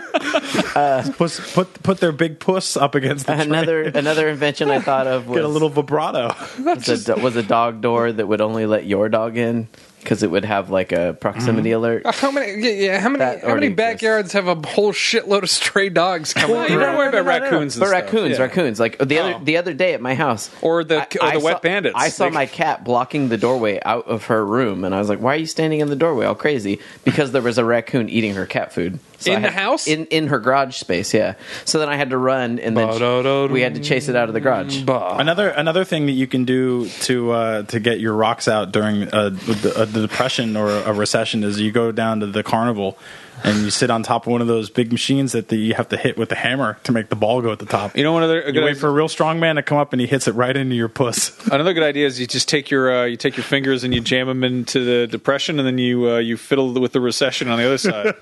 Speaker 4: Puss- put put their big puss up against the train.
Speaker 3: Uh, another another invention I thought of was
Speaker 4: Get a little vibrato.
Speaker 3: was, a, do- was a dog door that would only let your dog in because it would have like a
Speaker 2: Mm-hmm.
Speaker 3: proximity alert.
Speaker 1: Uh, How many? Yeah, yeah how many?
Speaker 3: That
Speaker 1: How many
Speaker 3: already
Speaker 1: backyards have a whole shitload of stray
Speaker 3: *laughs*
Speaker 1: dogs coming?
Speaker 2: Well, you don't worry about
Speaker 3: No, no, no, no.
Speaker 2: raccoons and
Speaker 3: But
Speaker 2: stuff.
Speaker 3: raccoons,
Speaker 2: Yeah. Oh.
Speaker 3: raccoons. Like the other the other day at my house,
Speaker 2: Or the- or the wet
Speaker 3: saw-
Speaker 2: bandits.
Speaker 3: I saw
Speaker 2: They-
Speaker 3: my cat blocking the doorway out of her room, and I was like, "Why are you standing in the doorway, all crazy?" Because there was a raccoon eating her cat food So
Speaker 1: In
Speaker 3: I
Speaker 1: the
Speaker 3: had-
Speaker 1: house?
Speaker 3: in in her garage space. Yeah. So then I had to run, and then
Speaker 1: Ba-da-da-dum.
Speaker 3: we had to chase it out of the garage.
Speaker 1: Bah.
Speaker 4: Another another thing that you can do to uh, to get your rocks out during uh, the, uh, the depression or a recession is you go down to the carnival and you sit on top of one of those big machines that the, you have to hit with the hammer to make the ball go at the top.
Speaker 2: You know another a
Speaker 4: You
Speaker 2: good
Speaker 4: wait for a
Speaker 2: idea,
Speaker 4: real strong man to come up and he hits it right into your puss. *laughs*
Speaker 2: another good idea is you just take your uh, you take your fingers and you jam them into the depression and then you uh, you fiddle with the recession on the other *laughs* side,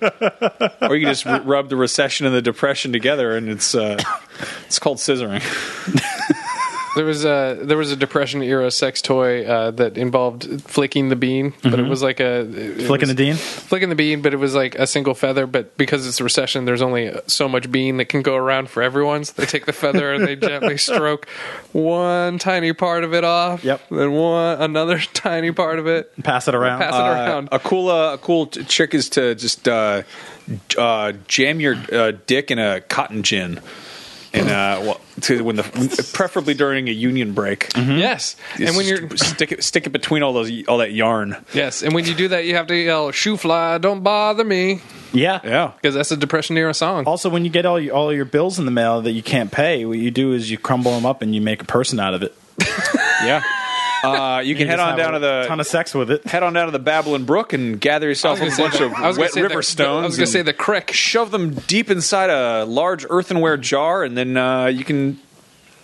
Speaker 2: or you can just r- rub the recession and the depression together and it's uh, it's called scissoring.
Speaker 1: There was a there was a depression era sex toy uh, that involved flicking the bean, but it was like a it
Speaker 4: Flicking the
Speaker 1: was-
Speaker 4: dean.
Speaker 1: flicking the bean, but it was like a single feather. But because it's a recession, there's only so much bean that can go around for everyone. So they take the feather and they *laughs* gently stroke one tiny part of it off.
Speaker 4: Yep.
Speaker 1: Then one another *laughs* tiny part of it.
Speaker 4: Pass it around.
Speaker 1: Pass it
Speaker 2: Uh,
Speaker 1: around.
Speaker 2: a cool uh, a cool t- trick is to just uh, j- uh, jam your uh, dick in a cotton gin. And uh, well, to when the preferably during a union break,
Speaker 1: Yes. and when you're
Speaker 2: *laughs* stick it, stick it between all those all that yarn.
Speaker 1: yes, and when you do that, you have to yell "Shoe fly, don't bother me"
Speaker 4: yeah.
Speaker 2: Yeah,
Speaker 1: because that's a depression era song.
Speaker 4: Also, when you get all your, all your bills in the mail that you can't pay, what you do is you crumble them up and you make a person out of it.
Speaker 2: yeah. Uh, you can head
Speaker 4: Just
Speaker 2: on
Speaker 4: have
Speaker 2: down to
Speaker 4: a
Speaker 2: the
Speaker 4: ton of sex with it.
Speaker 2: head on down to the Babylon Brook and gather yourself
Speaker 1: I
Speaker 2: a
Speaker 1: was gonna
Speaker 2: bunch
Speaker 1: say
Speaker 2: of
Speaker 1: the- I was gonna
Speaker 2: wet
Speaker 1: say the-
Speaker 2: river stones.
Speaker 1: I was gonna say
Speaker 2: and
Speaker 1: the crick.
Speaker 2: Shove them deep inside a large earthenware jar, and then uh, you can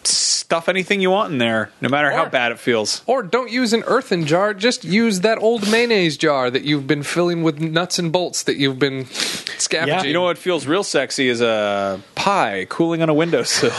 Speaker 2: stuff anything you want in there, no matter how
Speaker 1: Or-
Speaker 2: bad it feels.
Speaker 1: Or don't use an earthen jar. Just use that old mayonnaise jar that you've been filling with nuts and bolts that you've been scavenging.
Speaker 2: You know what feels real sexy is a pie cooling on
Speaker 1: *laughs*
Speaker 2: a windowsill.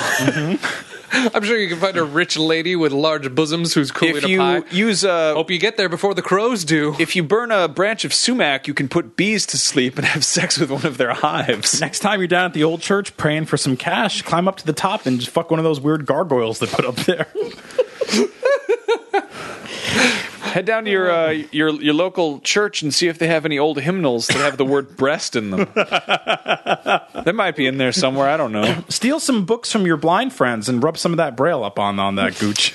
Speaker 1: I'm sure you can find a rich lady with large bosoms who's cooling
Speaker 2: if
Speaker 1: a
Speaker 2: you
Speaker 1: pie.
Speaker 2: use a
Speaker 1: Hope you get there before the crows do.
Speaker 2: if you burn a branch of sumac, you can put bees to sleep and have sex with one of their hives.
Speaker 4: Next time you're down at the old church praying for some cash, climb up to the top and just fuck one of those weird gargoyles they put up there. *laughs*
Speaker 2: Head down to your uh, your your local church and see if they have any old hymnals that have the word *laughs* breast in them. that might be in there somewhere. I don't know.
Speaker 4: Steal some books from your blind friends and rub some of that braille up on on that gooch.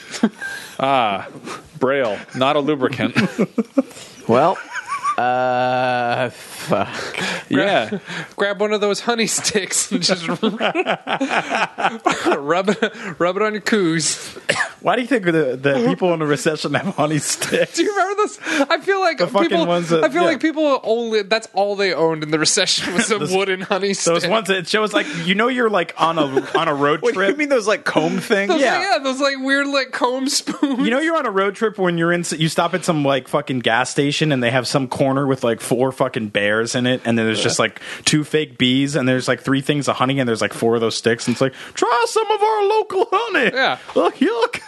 Speaker 4: *laughs*
Speaker 2: Braille, not a *laughs* lubricant. *laughs*
Speaker 3: Well, uh, fuck.
Speaker 2: yeah,
Speaker 1: Grab one of those honey sticks and just *laughs* rub it, rub it on your coos.
Speaker 4: Why do you think the, the people in the recession have
Speaker 1: *laughs*
Speaker 4: honey sticks?
Speaker 1: Do you remember this? I feel like
Speaker 4: fucking
Speaker 1: people.
Speaker 4: ones that-
Speaker 1: I feel
Speaker 4: yeah.
Speaker 1: like people only. That's all they owned in the recession
Speaker 4: *laughs*
Speaker 1: was a wooden honey stick.
Speaker 4: Those ones that shows like you know you're like on a on a road
Speaker 2: Wait, you
Speaker 4: trip.
Speaker 2: mean those like comb things?
Speaker 1: Those,
Speaker 4: yeah.
Speaker 1: yeah, those like weird like comb spoons.
Speaker 4: You know you're on a road trip when you're in. You stop at some like fucking gas station and they have some corner with like four fucking bears in it, and then there's just like two fake bees, and there's like three things of honey, and there's like four of those sticks, and it's like try some of our local honey.
Speaker 1: Yeah.
Speaker 4: look, yuck.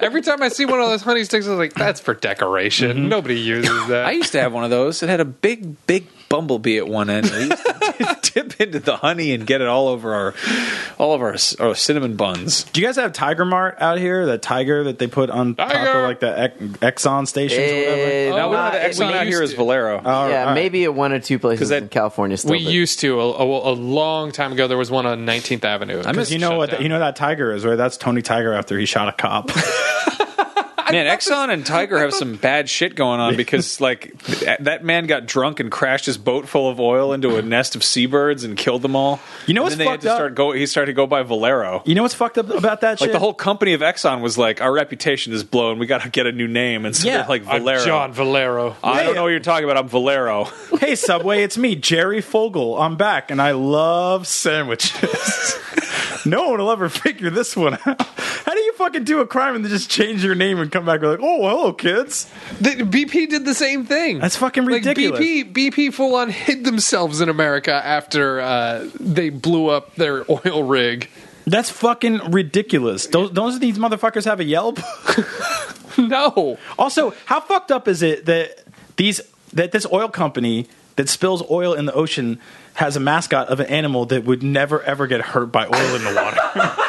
Speaker 1: Every time I see one of those honey sticks, I was like, "That's for decoration.
Speaker 4: Mm-hmm.
Speaker 1: Nobody uses that."
Speaker 2: I used to have one of those. It had a big, big bumblebee at one end. I used *laughs* to dip into the honey and get it all over our all of our, our cinnamon buns.
Speaker 4: Do you guys have Tiger Mart out here? That tiger that they put on top
Speaker 1: Tiger!
Speaker 4: of like the Ex- Exxon stations or whatever.
Speaker 3: Eh,
Speaker 1: Oh,
Speaker 2: Now we
Speaker 1: nah,
Speaker 2: don't have the
Speaker 1: it- we
Speaker 2: Exxon out
Speaker 1: used
Speaker 2: here is
Speaker 1: to.
Speaker 2: Valero.
Speaker 4: All
Speaker 3: yeah,
Speaker 4: right.
Speaker 3: maybe at one or two places
Speaker 2: 'Cause that-
Speaker 3: in California still.
Speaker 1: we
Speaker 3: but-
Speaker 1: used to a, a, a long time ago. There was one on 19th Avenue.
Speaker 2: miss-
Speaker 4: Because you know
Speaker 1: Shut
Speaker 4: what?
Speaker 1: down.
Speaker 4: you know that tiger is right. That's Tony Tiger after he shot a cop.
Speaker 1: I
Speaker 2: Man,
Speaker 1: thought that-
Speaker 2: Exxon and Tiger have some bad shit going
Speaker 4: *laughs*
Speaker 2: on because, like, th- that man got drunk and crashed his boat full of oil into a nest of seabirds and killed them all.
Speaker 4: You know
Speaker 2: And
Speaker 4: what's
Speaker 2: then they had
Speaker 4: fucked
Speaker 2: to
Speaker 4: up?
Speaker 2: start go. He started to go by Valero.
Speaker 4: You know what's fucked up about that shit?
Speaker 2: Like the whole company of Exxon was like, our reputation is blown. We got to get a new name, and so
Speaker 4: Yeah.
Speaker 2: they're like
Speaker 1: I'm
Speaker 2: Valero.
Speaker 1: John Valero.
Speaker 2: I
Speaker 4: Yeah.
Speaker 2: don't know what you're talking about. I'm Valero. *laughs*
Speaker 4: hey Subway, it's me, Jerry Fogle. I'm back, and I love sandwiches. *laughs* no one will ever figure this one out. How do you fucking do a crime and then just change your name and come back and be like, oh, hello, kids?
Speaker 1: The, BP did the same thing.
Speaker 4: That's fucking ridiculous.
Speaker 1: Like BP, BP full on hid themselves in America after uh, they blew up their *laughs* oil rig.
Speaker 4: That's fucking ridiculous. Don't, don't these motherfuckers have a Yelp? *laughs*
Speaker 1: No,
Speaker 4: also, how fucked up is it that these that this oil company that spills oil in the ocean has a mascot of an animal that would never ever get hurt by oil in the water?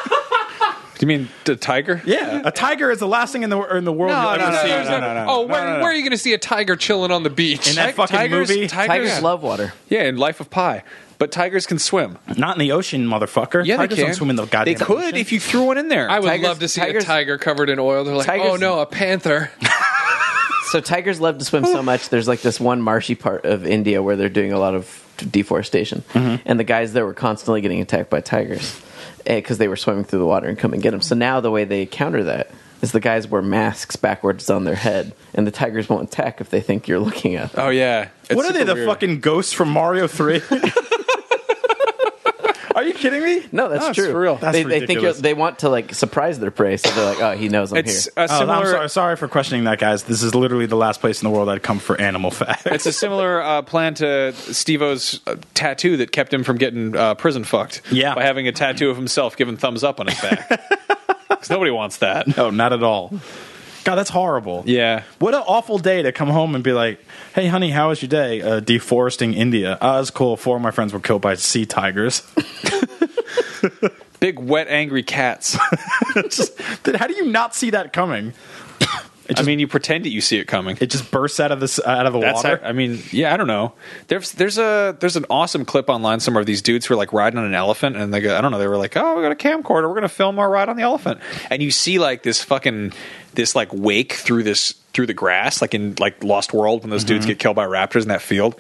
Speaker 2: Do you mean the tiger?
Speaker 4: yeah, a tiger is the last thing in the in the world you'll ever see.
Speaker 2: no, no, no, no.
Speaker 1: Oh, where,
Speaker 2: No, no, no.
Speaker 1: where are you going to see a tiger chilling on the beach?
Speaker 4: In that
Speaker 2: Ti-
Speaker 4: fucking
Speaker 2: tigers,
Speaker 4: movie?
Speaker 2: Tigers,
Speaker 3: Tigers love water.
Speaker 2: Yeah, in Life of Pi. But tigers can swim.
Speaker 4: Not in the ocean, motherfucker.
Speaker 2: Yeah,
Speaker 4: Tigers
Speaker 2: they can
Speaker 4: don't swim in the goddamn
Speaker 2: They could
Speaker 4: ocean.
Speaker 2: if you threw one in there.
Speaker 1: I would
Speaker 3: Tigers-
Speaker 1: love to see
Speaker 3: tigers-
Speaker 1: a tiger covered in oil. They're like,
Speaker 3: Tigers-
Speaker 1: oh no, a panther.
Speaker 3: So tigers love to swim so much. There's like this one marshy part of India where they're doing a lot of deforestation,
Speaker 2: Mm-hmm.
Speaker 3: and the guys there were constantly getting attacked by tigers because they were swimming through the water and come and get them. So now the way they counter that is the guys wear masks backwards on their head, and the tigers won't attack if they think you're looking at them.
Speaker 2: oh yeah. It's
Speaker 4: what are they,
Speaker 2: super
Speaker 4: the
Speaker 2: weird.
Speaker 4: fucking ghosts from
Speaker 2: *laughs*
Speaker 4: Mario 3? *laughs* Are you kidding me?
Speaker 3: No, that's
Speaker 2: No, it's
Speaker 3: true.
Speaker 2: for real.
Speaker 4: That's
Speaker 3: they, they think you're,
Speaker 4: ridiculous.
Speaker 3: they want to like surprise their prey, so they're like, "Oh, he knows I'm
Speaker 2: It's
Speaker 3: here."
Speaker 2: a
Speaker 4: Oh,
Speaker 2: similar.
Speaker 4: I'm sorry, sorry for questioning that, guys. This is literally the last place in the world I'd come for animal facts. *laughs*
Speaker 2: It's a similar uh, plan to Steve-O's uh, tattoo that kept him from getting uh, prison fucked.
Speaker 4: Yeah.
Speaker 2: By having a tattoo of himself giving thumbs up on his back. Because nobody wants that.
Speaker 4: no, Oh, not at all. God, that's horrible.
Speaker 2: Yeah.
Speaker 4: What an awful day to come home and be like, hey, honey, how was your day? Uh, deforesting India. Uh, it was cool. Four of my friends were killed by sea tigers. *laughs*
Speaker 2: Big, wet, angry cats.
Speaker 4: Just- dude, how do you not see that coming?
Speaker 2: I mean, you pretend that you see it coming.
Speaker 4: It just bursts out of the, out of the
Speaker 2: That's
Speaker 4: water.
Speaker 2: how, I mean, yeah, I don't know. There's there's a there's an awesome clip online somewhere of these dudes who are like riding on an elephant and they go I don't know, they were like, "Oh, we got a camcorder. We're going to film our ride on the elephant." And you see like this fucking this like wake through this through the grass like in like Lost World when those dudes
Speaker 4: Mm-hmm.
Speaker 2: get killed by raptors in that field.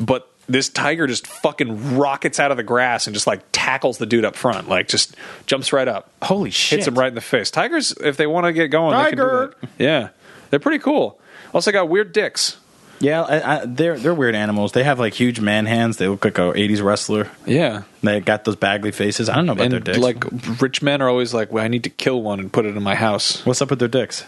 Speaker 2: But this tiger just fucking rockets out of the grass and just like tackles the dude up front, like just jumps right up,
Speaker 4: Holy shit.
Speaker 2: hits him right in the face. Tigers, if they want to get going,
Speaker 4: Tiger!
Speaker 2: they can do that. Yeah, they're pretty cool. Also got weird dicks.
Speaker 4: Yeah, I, I, they're they're weird animals. They have like huge man hands. They look like a '80s wrestler.
Speaker 2: Yeah,
Speaker 4: They got those Bagley faces. I don't know about their
Speaker 2: and
Speaker 4: dicks.
Speaker 2: like rich men are always like, well, I need to kill one and put it in my house.
Speaker 4: what's up with their dicks?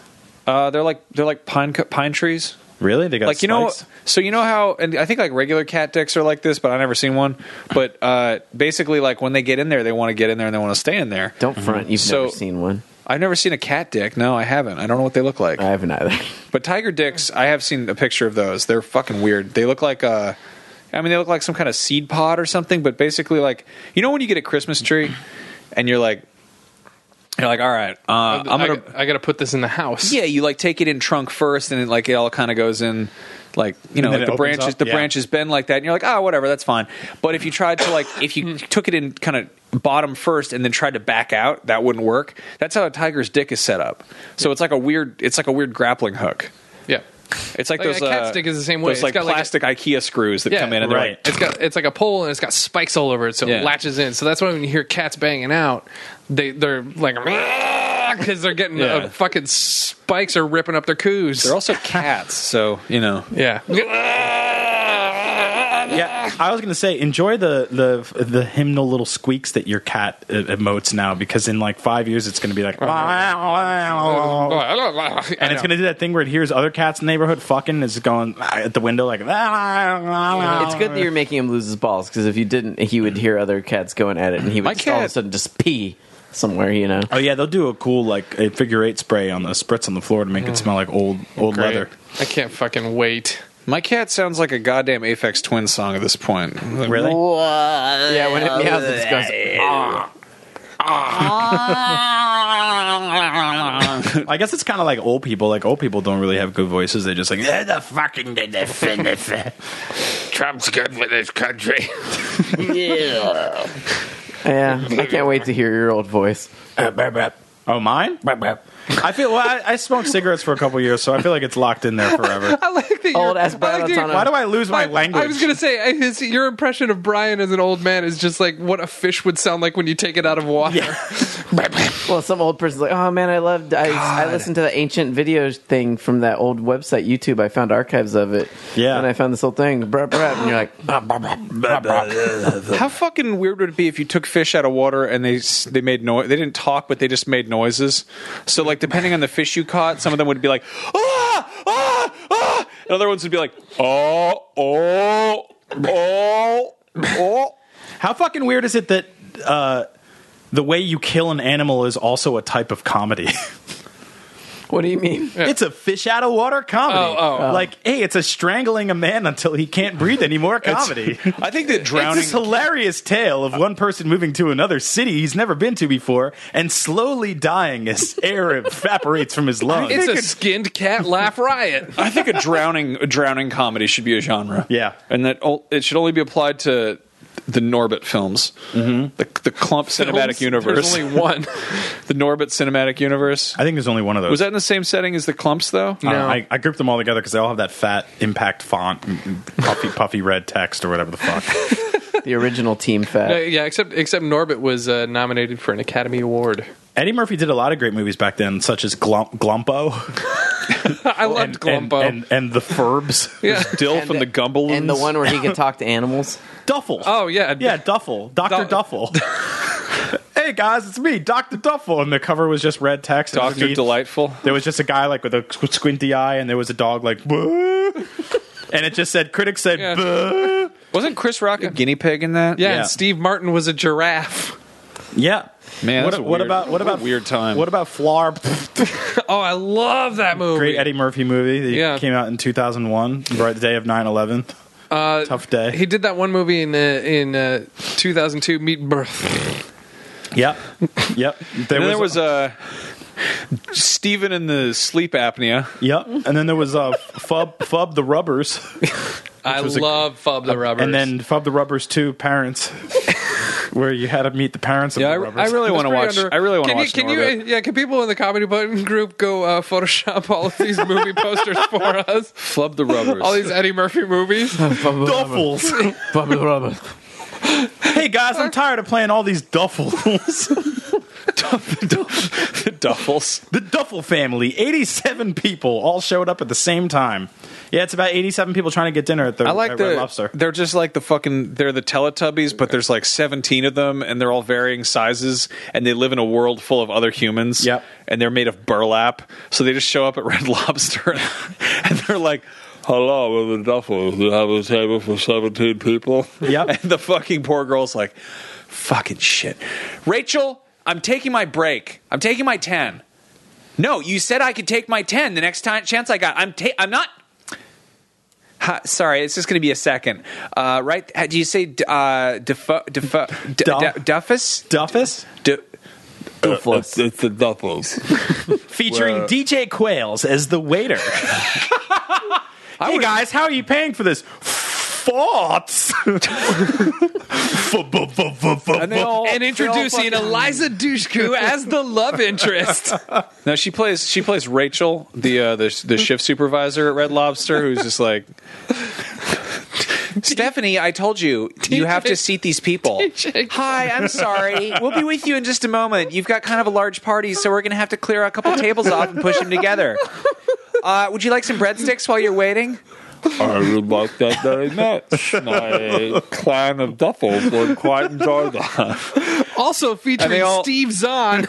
Speaker 2: Uh, they're like they're like pine cu- pine trees.
Speaker 4: Really? They got
Speaker 2: Like you know,
Speaker 4: spikes?
Speaker 2: so you know how, and I think like regular cat dicks are like this, but I've never seen one. But uh, basically, like when they get in there, they want to get in there and they want to stay in there.
Speaker 3: Don't front. You've
Speaker 2: So-
Speaker 3: never seen one.
Speaker 2: I've never seen a cat dick. No, I haven't. I don't know what they look like.
Speaker 3: I haven't either.
Speaker 2: But tiger dicks, I have seen a picture of those. They're fucking weird. They look like uh I mean, they look like some kind of seed pod or something. But basically, like you know when you get a Christmas tree, and you're like, you're like, all right, uh, *laughs* I'm
Speaker 1: I-
Speaker 2: gonna,
Speaker 1: I, got to put this in the house.
Speaker 2: yeah, you like take it in trunk first, and it, like it all kind of goes in, like you know,
Speaker 4: then
Speaker 2: like
Speaker 4: it
Speaker 2: the
Speaker 4: opens
Speaker 2: branches,
Speaker 4: up,
Speaker 2: the
Speaker 4: yeah.
Speaker 2: branches bend like that, and you're like, ah, whatever, that's fine. But if you tried to like, if
Speaker 4: *laughs*
Speaker 2: you took it in kind of bottom first and then tried to back out, that wouldn't work. That's how a tiger's dick is set up. So it's like a weird, it's like a weird grappling hook.
Speaker 1: yeah.
Speaker 2: It's like,
Speaker 1: Like,
Speaker 2: those
Speaker 1: a cat
Speaker 2: uh,
Speaker 1: stick is the same way.
Speaker 2: Those
Speaker 1: It's
Speaker 2: like
Speaker 1: got, like, a-
Speaker 2: plastic IKEA screws that
Speaker 1: Yeah,
Speaker 2: come in and they're
Speaker 4: right.
Speaker 2: like,
Speaker 1: It's got it's like a pole and it's got spikes all over it, so
Speaker 2: Yeah.
Speaker 1: it latches in. So that's why when you hear cats banging out, they they're like *laughs* because they're getting
Speaker 2: Yeah.
Speaker 1: uh, fucking spikes are ripping up their coos.
Speaker 2: they're also cats, so you know. *laughs*
Speaker 1: yeah.
Speaker 4: yeah, I was gonna say enjoy the the the hymnal little squeaks that your cat uh, emotes now because in like five years it's gonna
Speaker 2: *laughs*
Speaker 4: be like
Speaker 1: *laughs*
Speaker 2: Oh.
Speaker 4: and it's gonna do that thing where it hears other cats in the neighborhood fucking. It's going at the window like "Ah,
Speaker 3: It's good that you're making him lose his balls because if you didn't, he would hear other cats going at it, and he
Speaker 2: My
Speaker 3: would just all of a
Speaker 2: cat-
Speaker 3: sudden just pee somewhere. You know,
Speaker 4: Oh yeah, they'll do a cool like a figure eight spray on the spritz on the floor to make it smell like old old
Speaker 1: Mm. Great.
Speaker 4: leather.
Speaker 1: I can't fucking wait.
Speaker 2: My cat sounds like a goddamn Aphex Twin song at this point.
Speaker 4: Really?
Speaker 3: yeah. When it meows, it just goes. "Ah."
Speaker 4: *laughs* I guess it's kind of like old people. Like old people don't really have good voices. They just like "Eh, the f-"
Speaker 5: Trump's good for this country.
Speaker 3: Yeah, I can't wait to hear your old voice.
Speaker 4: Oh, mine? I feel. Well, I, I smoked cigarettes for a couple years, so I feel like it's locked in there forever.
Speaker 1: I like that.
Speaker 3: Old
Speaker 1: you're-
Speaker 3: ass
Speaker 1: I
Speaker 3: Brian
Speaker 1: like that
Speaker 3: Altano.
Speaker 4: Why do I lose my
Speaker 1: I-
Speaker 4: language?
Speaker 1: I was gonna say I- his, your impression of Brian as an old man is just like what a fish would sound like when you take it out of water.
Speaker 3: Well, some old person's like, "Oh man, I loved. I, I listened to the ancient video thing from that old website, YouTube. I found archives of it.
Speaker 4: Yeah.
Speaker 3: and I found this whole thing. Brap, brap, and you're like,
Speaker 2: How fucking weird would it be if you took fish out of water and they s- they made noise? They didn't talk, but they just made noises. So like, depending on the fish you caught, some of them would be like ah ah ah, and other ones would be like oh oh oh oh.
Speaker 4: How fucking weird is it that uh, the way you kill an animal is also a type of comedy? *laughs*
Speaker 3: "What do you *laughs* mean?"
Speaker 1: *laughs*
Speaker 4: it's a fish out of water comedy.
Speaker 1: Oh, oh.
Speaker 4: Like, hey, it's a strangling a man until he can't breathe
Speaker 1: *laughs*
Speaker 4: anymore comedy.
Speaker 2: I think that
Speaker 4: *laughs* It's
Speaker 2: drowning.
Speaker 4: this hilarious tale of one person moving to another city he's never been to before and slowly dying as air *laughs* evaporates from his lungs.
Speaker 1: *laughs* It's a skinned cat laugh riot.
Speaker 2: I think a drowning a drowning comedy should be a genre.
Speaker 4: Yeah.
Speaker 2: and that o- it should only be applied to the Norbit films, mm-hmm. the the Clump cinematic universe,
Speaker 1: There's only one.
Speaker 2: *laughs* the Norbit cinematic universe.
Speaker 4: I think there's only one of those.
Speaker 2: Was that in the same setting as the Clumps though?
Speaker 4: Uh,
Speaker 1: No.
Speaker 4: I, I grouped them all together because they all have that fat impact font, mm,
Speaker 1: *laughs*
Speaker 4: mm, puffy, puffy red text or whatever the fuck.
Speaker 3: The original team
Speaker 1: *laughs*
Speaker 3: fat.
Speaker 1: Uh, yeah, except except Norbit was uh, nominated for an Academy Award.
Speaker 4: Eddie Murphy did a lot of great movies back then, such as
Speaker 1: *laughs*
Speaker 4: Glump, Glumpo,
Speaker 1: *laughs* I loved
Speaker 4: and,
Speaker 1: Glumpo.
Speaker 4: and, and The Furbs.
Speaker 1: yeah.
Speaker 2: Dill from the Gumbel
Speaker 3: and the one where he could talk to *laughs* animals.
Speaker 1: *laughs*
Speaker 4: Duffel.
Speaker 1: Oh yeah.
Speaker 4: Yeah, Duffel. Dr.
Speaker 1: Du-
Speaker 4: Duffel. *laughs* hey, guys, it's me, Dr. Duffel. And the cover was just red text. and
Speaker 2: Doctor
Speaker 4: underneath-
Speaker 2: Delightful.
Speaker 4: There was just a guy like with a squ- squinty eye, and there was a dog like, "Boo." *laughs* and it just said, critics said,
Speaker 1: Yeah.
Speaker 4: "Boo."
Speaker 2: Wasn't Chris Rock a guinea pig in that?
Speaker 1: Yeah,
Speaker 4: Yeah.
Speaker 1: and Steve Martin was a giraffe. *laughs*
Speaker 4: yeah.
Speaker 2: Man,
Speaker 4: what,
Speaker 2: that's a
Speaker 4: what
Speaker 2: weird-
Speaker 4: about what
Speaker 2: what a
Speaker 4: about
Speaker 2: weird time.
Speaker 4: What
Speaker 2: *laughs*
Speaker 4: about Flar?
Speaker 1: Oh, I love that movie.
Speaker 4: Great Eddie Murphy movie that
Speaker 1: Yeah.
Speaker 4: came out in 2001, right the day of 9 11.
Speaker 1: Uh,
Speaker 4: Tough day.
Speaker 1: He did that one movie in uh, in uh, 2002, Meet Birth.
Speaker 4: Yep. Yep. There
Speaker 2: *laughs* And then there was uh, Steven in the sleep apnea.
Speaker 4: Yep. And then there was uh, Fub, Fub the Rubbers. *laughs*
Speaker 1: I
Speaker 4: was a-
Speaker 1: love Fub the Rubbers.
Speaker 4: And then Fub the Rubbers 2 Parents, *laughs* where you had to meet the parents of
Speaker 2: Yeah, I,
Speaker 4: the Rubbers.
Speaker 2: I really want to watch. I really want to
Speaker 1: Can you-
Speaker 2: watch.
Speaker 1: Can you?
Speaker 2: Norbit.
Speaker 1: uh, Yeah, can people in the comedy button group go uh, Photoshop all of these movie
Speaker 2: *laughs*
Speaker 1: posters for us?
Speaker 2: flub the rubbers?
Speaker 1: All *laughs* these Eddie Murphy
Speaker 2: *laughs*
Speaker 1: movies.
Speaker 4: Duffels. *laughs* hey guys, I'm tired of playing all these duffels. *laughs*
Speaker 2: the duffels.
Speaker 4: the Duffel family, 87 people, all showed up at the same time. Yeah, it's about 87 people trying to get dinner at the
Speaker 2: I like
Speaker 4: at Red
Speaker 2: the.
Speaker 4: Lobster.
Speaker 2: They're just like the fucking. They're the Teletubbies, but there's like 17 of them, and they're all varying sizes, and they live in a world full of other humans.
Speaker 4: Yep.
Speaker 2: And they're made of burlap, so they just show up at *laughs* Red Lobster, and, and they're like. Hello, we're the Duffels. We have a table for 17 people. *laughs*
Speaker 4: Yep.
Speaker 2: And the fucking poor girl's like, fucking shit. Rachel, I'm taking my break. I'm taking my 10. No, you said I could take my 10 the next time chance I got. I'm ta- I'm not Ha, sorry, it's just going to be a second. Uh, right? ha- Do you say d- uh, defu, defu, d-
Speaker 4: Duff.
Speaker 2: d- Duffus?
Speaker 4: Duffus?
Speaker 2: D-
Speaker 3: Duffus.
Speaker 5: It's the Duffels.
Speaker 4: featuring DJ Quails as
Speaker 2: *laughs*
Speaker 4: the waiter. *laughs* hey guys, how are you paying for this? *laughs* Farts.
Speaker 1: and introducing Eliza
Speaker 2: *laughs*
Speaker 1: Dushku as the love interest.
Speaker 2: No, she plays she plays Rachel, the uh, the the shift supervisor at Red Lobster, who's just like. Stephanie, I told you you have to seat these people. Hi, I'm sorry. We'll be with you in just a moment. You've got kind of a large party, so we're going to have to clear a couple tables off and push them together. Uh, would you like some breadsticks while you're waiting?
Speaker 5: I would like that very much.
Speaker 1: *laughs*
Speaker 5: My clan of Duffels would quite enjoy that.
Speaker 1: Also featuring
Speaker 2: all-
Speaker 1: Steve
Speaker 2: *laughs*
Speaker 1: Zahn.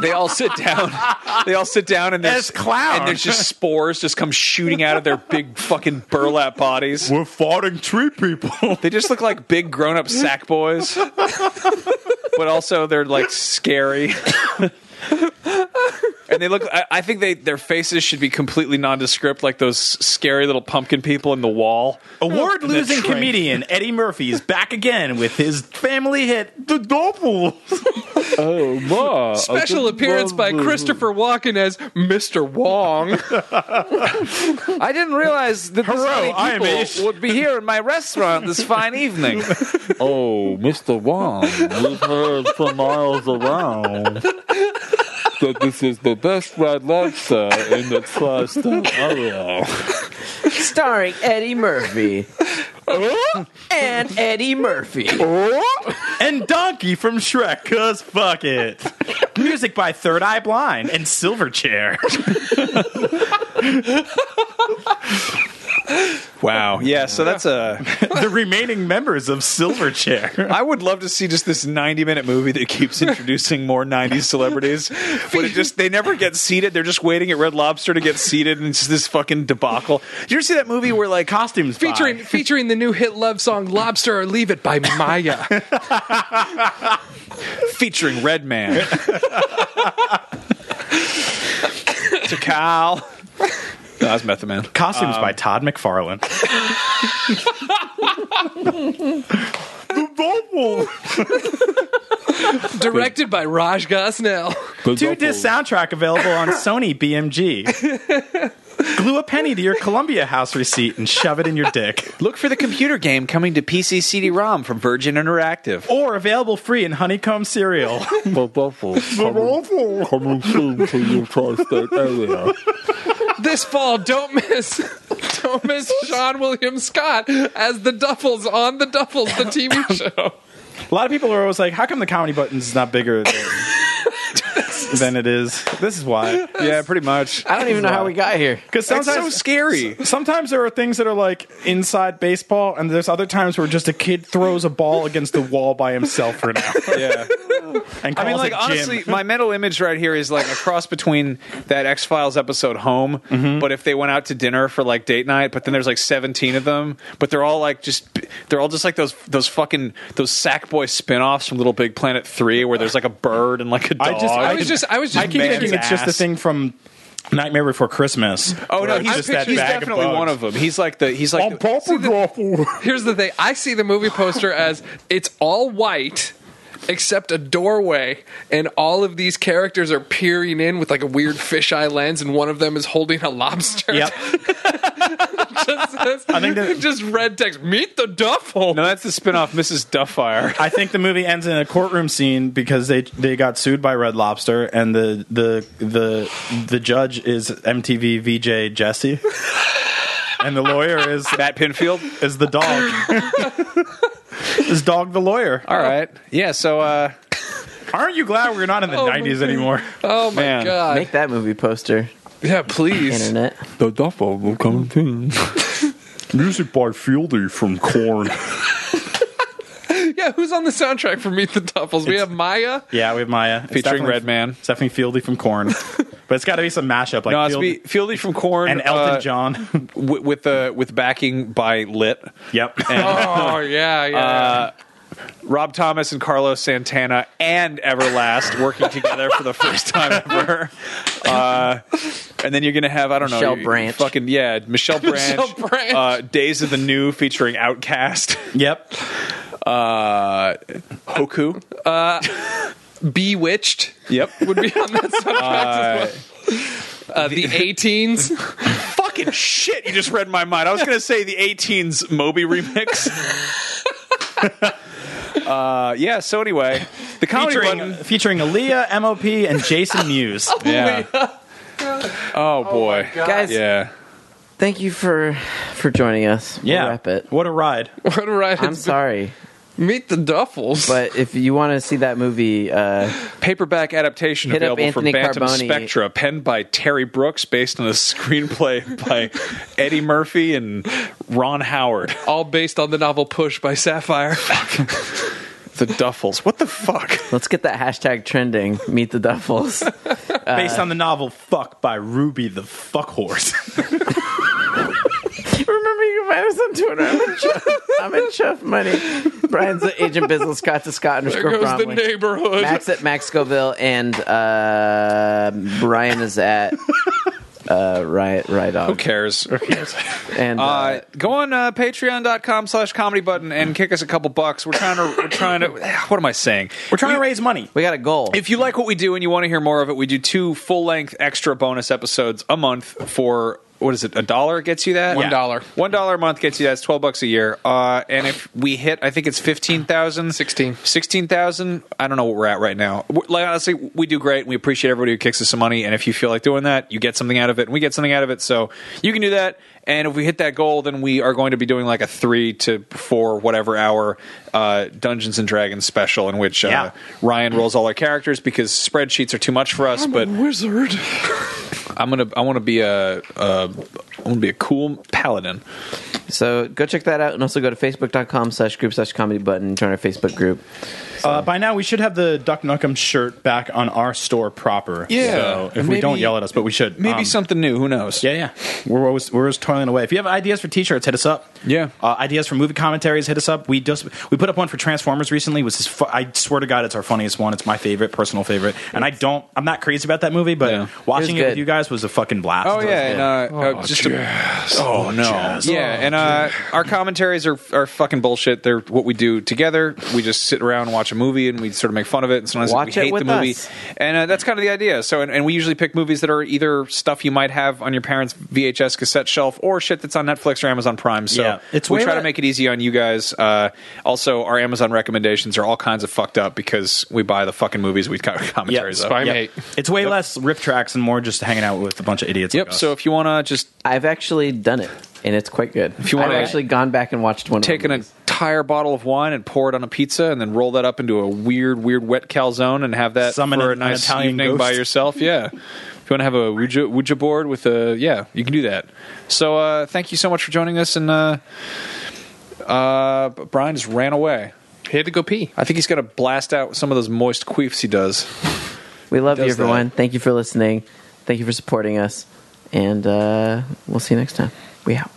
Speaker 2: They all sit down. They all sit down and there's
Speaker 4: As clown.
Speaker 2: and there's just spores just come shooting out of their big fucking burlap bodies.
Speaker 4: We're farting tree people.
Speaker 2: They just look like big grown up sack boys, but also they're like scary. And they look. I, I think they their faces should be completely nondescript, like those scary little pumpkin people in the wall.
Speaker 4: Award losing
Speaker 2: And that
Speaker 4: comedian Eddie Murphy is back again with his family hit, The Doppel.
Speaker 5: Oh, my.
Speaker 1: Special appearance by Christopher Walken as Mr. Wong.
Speaker 2: *laughs* I didn't realize that
Speaker 4: Hello, many I am people Ish.
Speaker 2: would be here in my restaurant this fine evening.
Speaker 5: Oh, Mr. Wong, we've heard for miles around that this is the best red lobster in the trust of Oreo.
Speaker 3: Starring Eddie *laughs* Murphy. and Eddie Murphy.
Speaker 4: and Donkey from Shrek, cause fuck it. Music by Third Eye Blind and Silverchair.
Speaker 2: *laughs* Wow. Yeah. So that's a.
Speaker 4: *laughs* the remaining members of Silverchair.
Speaker 2: I would love to see just this 90 minute movie that keeps introducing more 90s celebrities, but it just they never get seated. They're just waiting at Red Lobster to get seated, and it's just this fucking debacle. Did you ever see that movie where like
Speaker 4: Costumes by-
Speaker 1: Featuring featuring the new hit love song "Lobster or Leave It" by
Speaker 2: *laughs*
Speaker 1: Maya.
Speaker 2: featuring Red *laughs* Man? to Cal. No, that's Method Man.
Speaker 4: Costumes
Speaker 5: Um,
Speaker 4: by Todd McFarlane.
Speaker 1: Directed by Raj Gosnell.
Speaker 5: The
Speaker 4: Two disc soundtrack available on Sony
Speaker 5: *laughs*
Speaker 4: BMG. Glue a penny to your Columbia House receipt and shove it in your dick.
Speaker 2: Look for the computer game coming to PC CD-ROM from Virgin Interactive.
Speaker 4: Or available free in honeycomb cereal.
Speaker 5: The Duffels coming, coming soon to your tri-state area.
Speaker 1: This fall, don't miss, don't
Speaker 2: *laughs*
Speaker 1: miss Sean William Scott as the Duffels on the Duffels, the
Speaker 2: *laughs*
Speaker 1: TV show.
Speaker 4: A lot of people are always like, how come the comedy buttons is not bigger *laughs* than, than it is? This is why.
Speaker 2: Yeah, pretty much.
Speaker 3: I don't even know how we got here.
Speaker 4: Because
Speaker 2: That's
Speaker 4: sometimes
Speaker 2: so scary.
Speaker 4: Sometimes there are things that are like inside baseball, and there's other times where just a kid throws a ball against the wall by himself for now.
Speaker 2: *laughs* Yeah.
Speaker 4: And
Speaker 2: I
Speaker 4: calls
Speaker 2: mean, like
Speaker 4: it
Speaker 2: honestly,
Speaker 4: Jim.
Speaker 2: my mental image right here is like a cross between that X Files episode Home,
Speaker 4: Mm-hmm.
Speaker 2: but if they went out to dinner for like date night, but then there's like 17 of them, but they're all like just they're all just like those those fucking those Sackboy spin-offs from Little Big Planet 3 where there's like a bird and like a dog.
Speaker 4: I just-
Speaker 1: I was just, I was just
Speaker 4: I keep
Speaker 2: man's
Speaker 4: thinking it's just the
Speaker 2: ass.
Speaker 4: thing from Nightmare Before Christmas.
Speaker 2: Oh no,
Speaker 4: where
Speaker 2: he's,
Speaker 4: it's just that
Speaker 2: he's
Speaker 4: bag of
Speaker 2: definitely
Speaker 4: bugs. Oh,
Speaker 2: one of them. He's like the he's like the-
Speaker 5: I'm Papa Duffel.
Speaker 1: Here's the thing. I see the movie poster as it's all white except a doorway and all of these characters are peering in with like a weird fisheye lens and one of them is holding a lobster.
Speaker 4: Yep.
Speaker 1: *laughs* just, says-
Speaker 4: think that-
Speaker 1: *laughs* just red text, meet the duffel.
Speaker 2: No, that's the spin-off Mrs. Duffire.
Speaker 4: I think the movie ends in a courtroom scene because they they got sued by Red Lobster and the the the the judge is MTV VJ Jesse. And the lawyer is
Speaker 2: Matt Pinfield.
Speaker 4: is the dog. *laughs* is dog the lawyer.
Speaker 2: All right. Yeah, so uh
Speaker 4: Aren't you glad we're not in the
Speaker 1: my
Speaker 4: 90s anymore?
Speaker 1: Oh my
Speaker 2: Man.
Speaker 1: god.
Speaker 3: Make that movie poster,
Speaker 1: yeah, please.
Speaker 3: internet.
Speaker 5: The Duffel will come soon. Music by Fieldy from Corn.
Speaker 1: Yeah, who's on the soundtrack for Meet the Duffels? We have Maya.
Speaker 4: Yeah, we have Maya. It's
Speaker 2: Featuring
Speaker 4: definitely-
Speaker 2: Redman.
Speaker 4: It's definitely Fieldy from Corn. but it's got to be some mashup like
Speaker 2: no, it's
Speaker 4: Fieldy
Speaker 2: be Fieldy from Corn
Speaker 4: and Elton
Speaker 2: uh,
Speaker 4: John. *laughs*
Speaker 2: with with, uh, with backing by Lit.
Speaker 4: yep.
Speaker 1: Oh yeah, yeah.
Speaker 2: Rob Thomas and Carlos Santana and Everlast working together for the first time ever. Uh, and then you're going to have, I don't know,
Speaker 3: Michelle
Speaker 2: you-
Speaker 3: Branch.
Speaker 2: Fucking, yeah, Michelle Branch.
Speaker 1: *laughs* Michelle Branch.
Speaker 2: Uh, Days of the New featuring Outcast.
Speaker 4: yep.
Speaker 2: Uh, Hoku.
Speaker 1: Bewitched
Speaker 2: Yep.
Speaker 1: would be on that soundtrack as well. Uh, the 18s.
Speaker 2: Fucking *laughs* shit, you just read my mind. I was going to say the 18's
Speaker 1: *laughs*
Speaker 2: Moby remix. *laughs* uh, yeah, so anyway, the comedy
Speaker 4: Featuring,
Speaker 2: button.
Speaker 4: featuring Aaliyah, MOP, and
Speaker 2: *laughs*
Speaker 4: Jason Mewes.
Speaker 2: Yeah. *laughs* Oh, boy.
Speaker 3: Guys,
Speaker 2: yeah.
Speaker 3: thank you for for joining us. We'll
Speaker 4: yeah.
Speaker 3: wrap it.
Speaker 4: What a ride.
Speaker 1: *laughs* What a ride
Speaker 3: I'm
Speaker 1: it's
Speaker 3: sorry,
Speaker 1: been. Meet the Duffels.
Speaker 3: but if you want to see that movie, uh,
Speaker 2: paperback adaptation
Speaker 3: Hit up
Speaker 2: available from
Speaker 3: Anthony
Speaker 2: Phantom
Speaker 3: Carboni.
Speaker 2: Spectra, penned by Terry Brooks, based on a *laughs* screenplay by Eddie Murphy and Ron Howard. *laughs*
Speaker 1: all based on the novel Push by Sapphire.
Speaker 2: The Duffels. What the fuck?
Speaker 3: let's get that hashtag trending. Meet the *laughs* Duffels.
Speaker 2: Uh,
Speaker 4: Based on the novel Fuck by Ruby the Fuck Horse.
Speaker 3: Remember you can find us on Twitter. I'm at Chuff, I'm at Chuff Money. Brian's at Agent Bizzle, Scott's at Scott
Speaker 1: There
Speaker 3: underscore
Speaker 1: goes the
Speaker 3: Bromley.
Speaker 1: neighborhood.
Speaker 3: Max at Max Scoville, and uh, Brian is at uh, Riot Riot Dog.
Speaker 2: Who cares?
Speaker 3: And uh,
Speaker 2: Uh, go on uh, patreon.com slash comedy button and kick us a couple bucks. We're trying to, we're trying to, *sighs* what am I saying?
Speaker 4: We're *laughs* trying to raise money.
Speaker 3: we got a goal.
Speaker 2: If you like what we do and you want to hear more of it, we do two full length extra bonus episodes a month for what is it? A dollar gets you that.
Speaker 1: One Yeah. dollar.
Speaker 2: One dollar a month gets you that. It's twelve bucks a year. Uh, and if we hit, I think it's fifteen thousand.
Speaker 1: Sixteen.
Speaker 2: Sixteen thousand. I don't know what we're at right now. We're- Like honestly, we do great. We appreciate everybody who kicks us some money. And if you feel like doing that, you get something out of it, and we get something out of it. So you can do that. And if we hit that goal, then we are going to be doing like a three to four whatever hour uh, Dungeons and Dragons special in which uh,
Speaker 4: Yeah.
Speaker 2: Ryan rolls all our characters because spreadsheets are too much for us. but
Speaker 1: Wizard.
Speaker 2: I'm gonna. I want to be a. a I want to be a cool paladin.
Speaker 3: So go check that out, and also go to facebook.com slash group slash comedy button. Join our Facebook group.
Speaker 4: Uh, by now, we should have the Duck Nukem shirt back on our store proper.
Speaker 2: Yeah.
Speaker 4: So if
Speaker 2: And
Speaker 4: we don't
Speaker 2: maybe-
Speaker 4: yell at us, but we should.
Speaker 2: Maybe
Speaker 4: Um,
Speaker 2: something new. Who knows?
Speaker 4: Yeah, yeah. We're always we're always toiling away. If you have ideas for T-shirts, hit us up.
Speaker 2: Yeah.
Speaker 4: Uh, ideas for movie commentaries, hit us up. We just we put up one for Transformers recently. Which is fu- I swear to God, it's our funniest one. It's my favorite, personal favorite. And I don't, I'm not crazy about that movie, but
Speaker 2: Yeah.
Speaker 4: watching
Speaker 3: It was
Speaker 4: it, with
Speaker 3: good.
Speaker 4: you guys was a fucking blast.
Speaker 2: Oh yeah, and uh, uh, just a- oh no, yeah, and uh, our commentaries are are fucking bullshit. They're what we do together. We just sit around and watch a movie, and we sort of make fun of it, and sometimes
Speaker 3: Watch
Speaker 2: we
Speaker 3: it
Speaker 2: hate the
Speaker 3: with
Speaker 2: movie,
Speaker 3: us.
Speaker 2: and uh, that's kind of the idea. So, and, and we usually pick movies that are either stuff you might have on your parents' VHS cassette shelf, or shit that's on Netflix or Amazon Prime. So,
Speaker 4: Yeah. It's
Speaker 2: we
Speaker 4: way
Speaker 2: try to
Speaker 4: le-
Speaker 2: make it easy on you guys. Uh, also, our Amazon recommendations are all kinds of fucked up because we buy the fucking movies we got commentaries of.
Speaker 1: Spy
Speaker 4: Yeah.
Speaker 1: mate.
Speaker 4: It's way less rip tracks and more just hanging out with a bunch of idiots.
Speaker 2: Yep.
Speaker 4: Like us.
Speaker 2: So if you wanna just
Speaker 3: I've actually done it, and it's quite good. If
Speaker 2: you wanna-
Speaker 3: I've actually gone back and watched one.
Speaker 2: take
Speaker 3: of
Speaker 2: an
Speaker 3: them.
Speaker 2: entire bottle of wine and pour it on a pizza, and then roll that up into a weird, weird wet calzone, and have that
Speaker 4: Summon
Speaker 2: for
Speaker 4: an-
Speaker 2: a
Speaker 4: an
Speaker 2: nice
Speaker 4: Italian
Speaker 2: evening
Speaker 4: ghost.
Speaker 2: by yourself. Yeah. If you want to have a Ouija, Ouija board with a yeah, you can do that. So uh, thank you so much for joining us. And uh, uh, Brian just ran away.
Speaker 1: He had to go pee.
Speaker 2: I think he's got to blast out some of those moist queefs he does.
Speaker 3: we love you,
Speaker 2: does that.
Speaker 3: everyone. Thank you for listening. Thank you for supporting us, and uh, we'll see you next time. We out.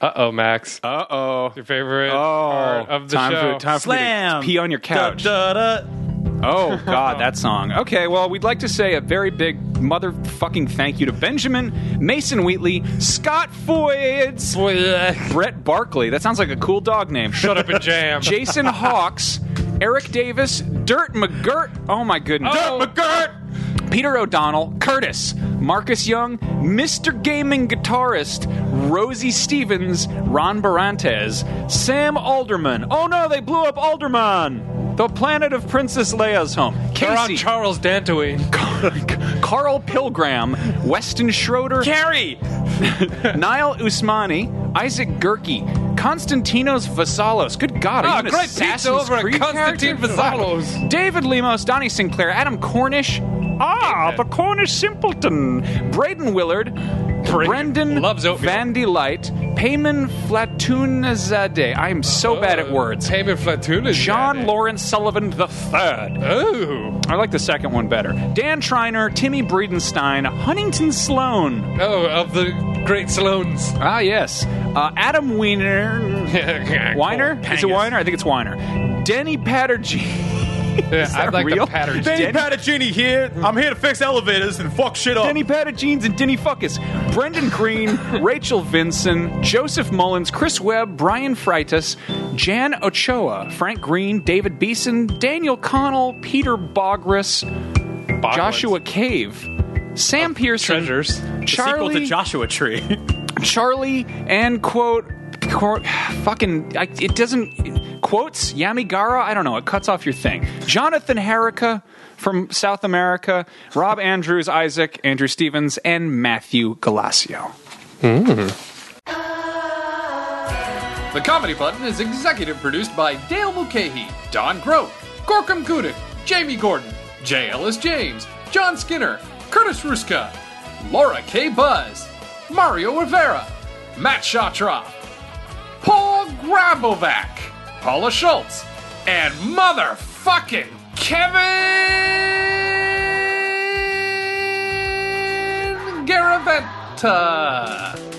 Speaker 7: Uh oh, Max.
Speaker 2: Uh oh.
Speaker 7: Your favorite part of the
Speaker 2: time
Speaker 7: show.
Speaker 2: For, time
Speaker 4: slam
Speaker 2: For you to pee on your couch.
Speaker 4: Da, da, da.
Speaker 2: Oh God, that song. Okay, well, we'd like to say a very big motherfucking thank you to Benjamin, Mason Wheatley, Scott Foyds, Brett Barkley. That sounds like a cool dog name.
Speaker 7: Shut up and
Speaker 2: *laughs*
Speaker 7: jam.
Speaker 2: Jason Hawks, Eric Davis, Dirt McGirt. Oh my goodness.
Speaker 7: Oh. Dirt
Speaker 2: McGirt. Peter O'Donnell, Curtis, Marcus Young, Mr. Gaming Guitarist, Rosie Stevens, Ron Barantes, Sam Alderman. Oh no, they blew up Alderman! The planet of Princess Leia's home.
Speaker 7: They're on
Speaker 2: Casey,
Speaker 7: Charles Dantooine.
Speaker 2: Carl Pilgram, Weston Schroeder,
Speaker 7: Carrie!
Speaker 2: *laughs* Niall Usmani, Isaac Gurkey, Constantinos Vasalos. Good God, are
Speaker 7: Ah,
Speaker 2: you an
Speaker 7: great
Speaker 2: Assassin's
Speaker 7: pizza over at
Speaker 2: Creed
Speaker 7: Constantine
Speaker 2: character?
Speaker 7: Vasalos.
Speaker 2: David Lemos, Donnie Sinclair, Adam Cornish. Ah, the Cornish simpleton. Braden Willard. Brendan
Speaker 7: loves oatmeal.
Speaker 2: Vandy Light, Payman Flatunazade. I am so bad
Speaker 7: Oh,
Speaker 2: at words.
Speaker 7: Tamer Flatoon is
Speaker 2: John
Speaker 7: dead.
Speaker 2: Lawrence Sullivan the Third.
Speaker 7: Oh.
Speaker 2: I like the second one better. Dan Triner, Timmy Breedenstein, Huntington Sloan.
Speaker 7: Oh, of the Great *laughs* Sloans.
Speaker 2: Ah, yes. Uh, Adam
Speaker 7: *laughs*
Speaker 2: Weiner. Weiner? Is it Weiner? I think it's Weiner. Denny *laughs* Pattergy.
Speaker 7: Yeah, I'd like
Speaker 2: real?
Speaker 7: the pattern.
Speaker 2: They-
Speaker 4: Danny
Speaker 2: Denny-
Speaker 4: Patagini here. I'm here to fix elevators and fuck shit up.
Speaker 2: Denny Patterjeans and Denny Fuckus. Brendan Green, Rachel Vinson, Joseph Mullins, Chris Webb, Brian Freitas, Jan Ochoa, Frank Green, David Beeson, Daniel Connell, Peter Bogris,
Speaker 7: Bogwins.
Speaker 2: Joshua Cave, Sam Pearson,
Speaker 7: Treasures.
Speaker 2: Charlie,
Speaker 4: Sequel to Joshua Tree.
Speaker 2: Charlie and quote, quote fucking I, it doesn't quotes Yamigara. I don't know. It cuts off your thing. Jonathan Harrica from South America, Rob *laughs* Andrews, Isaac Andrew Stevens, and Matthew Galasio.
Speaker 1: Hmm. The Comedy Button is executive produced by Dale Mulcahy, Don Grote, Gorkum Kudik, Jamie Gordon, J. Ellis James, John Skinner, Curtis Ruska, Laura K. Buzz, Mario Rivera, Matt Shatra, Paul Grabovac, Paula Schultz, and motherfucking Kevin Garaventa.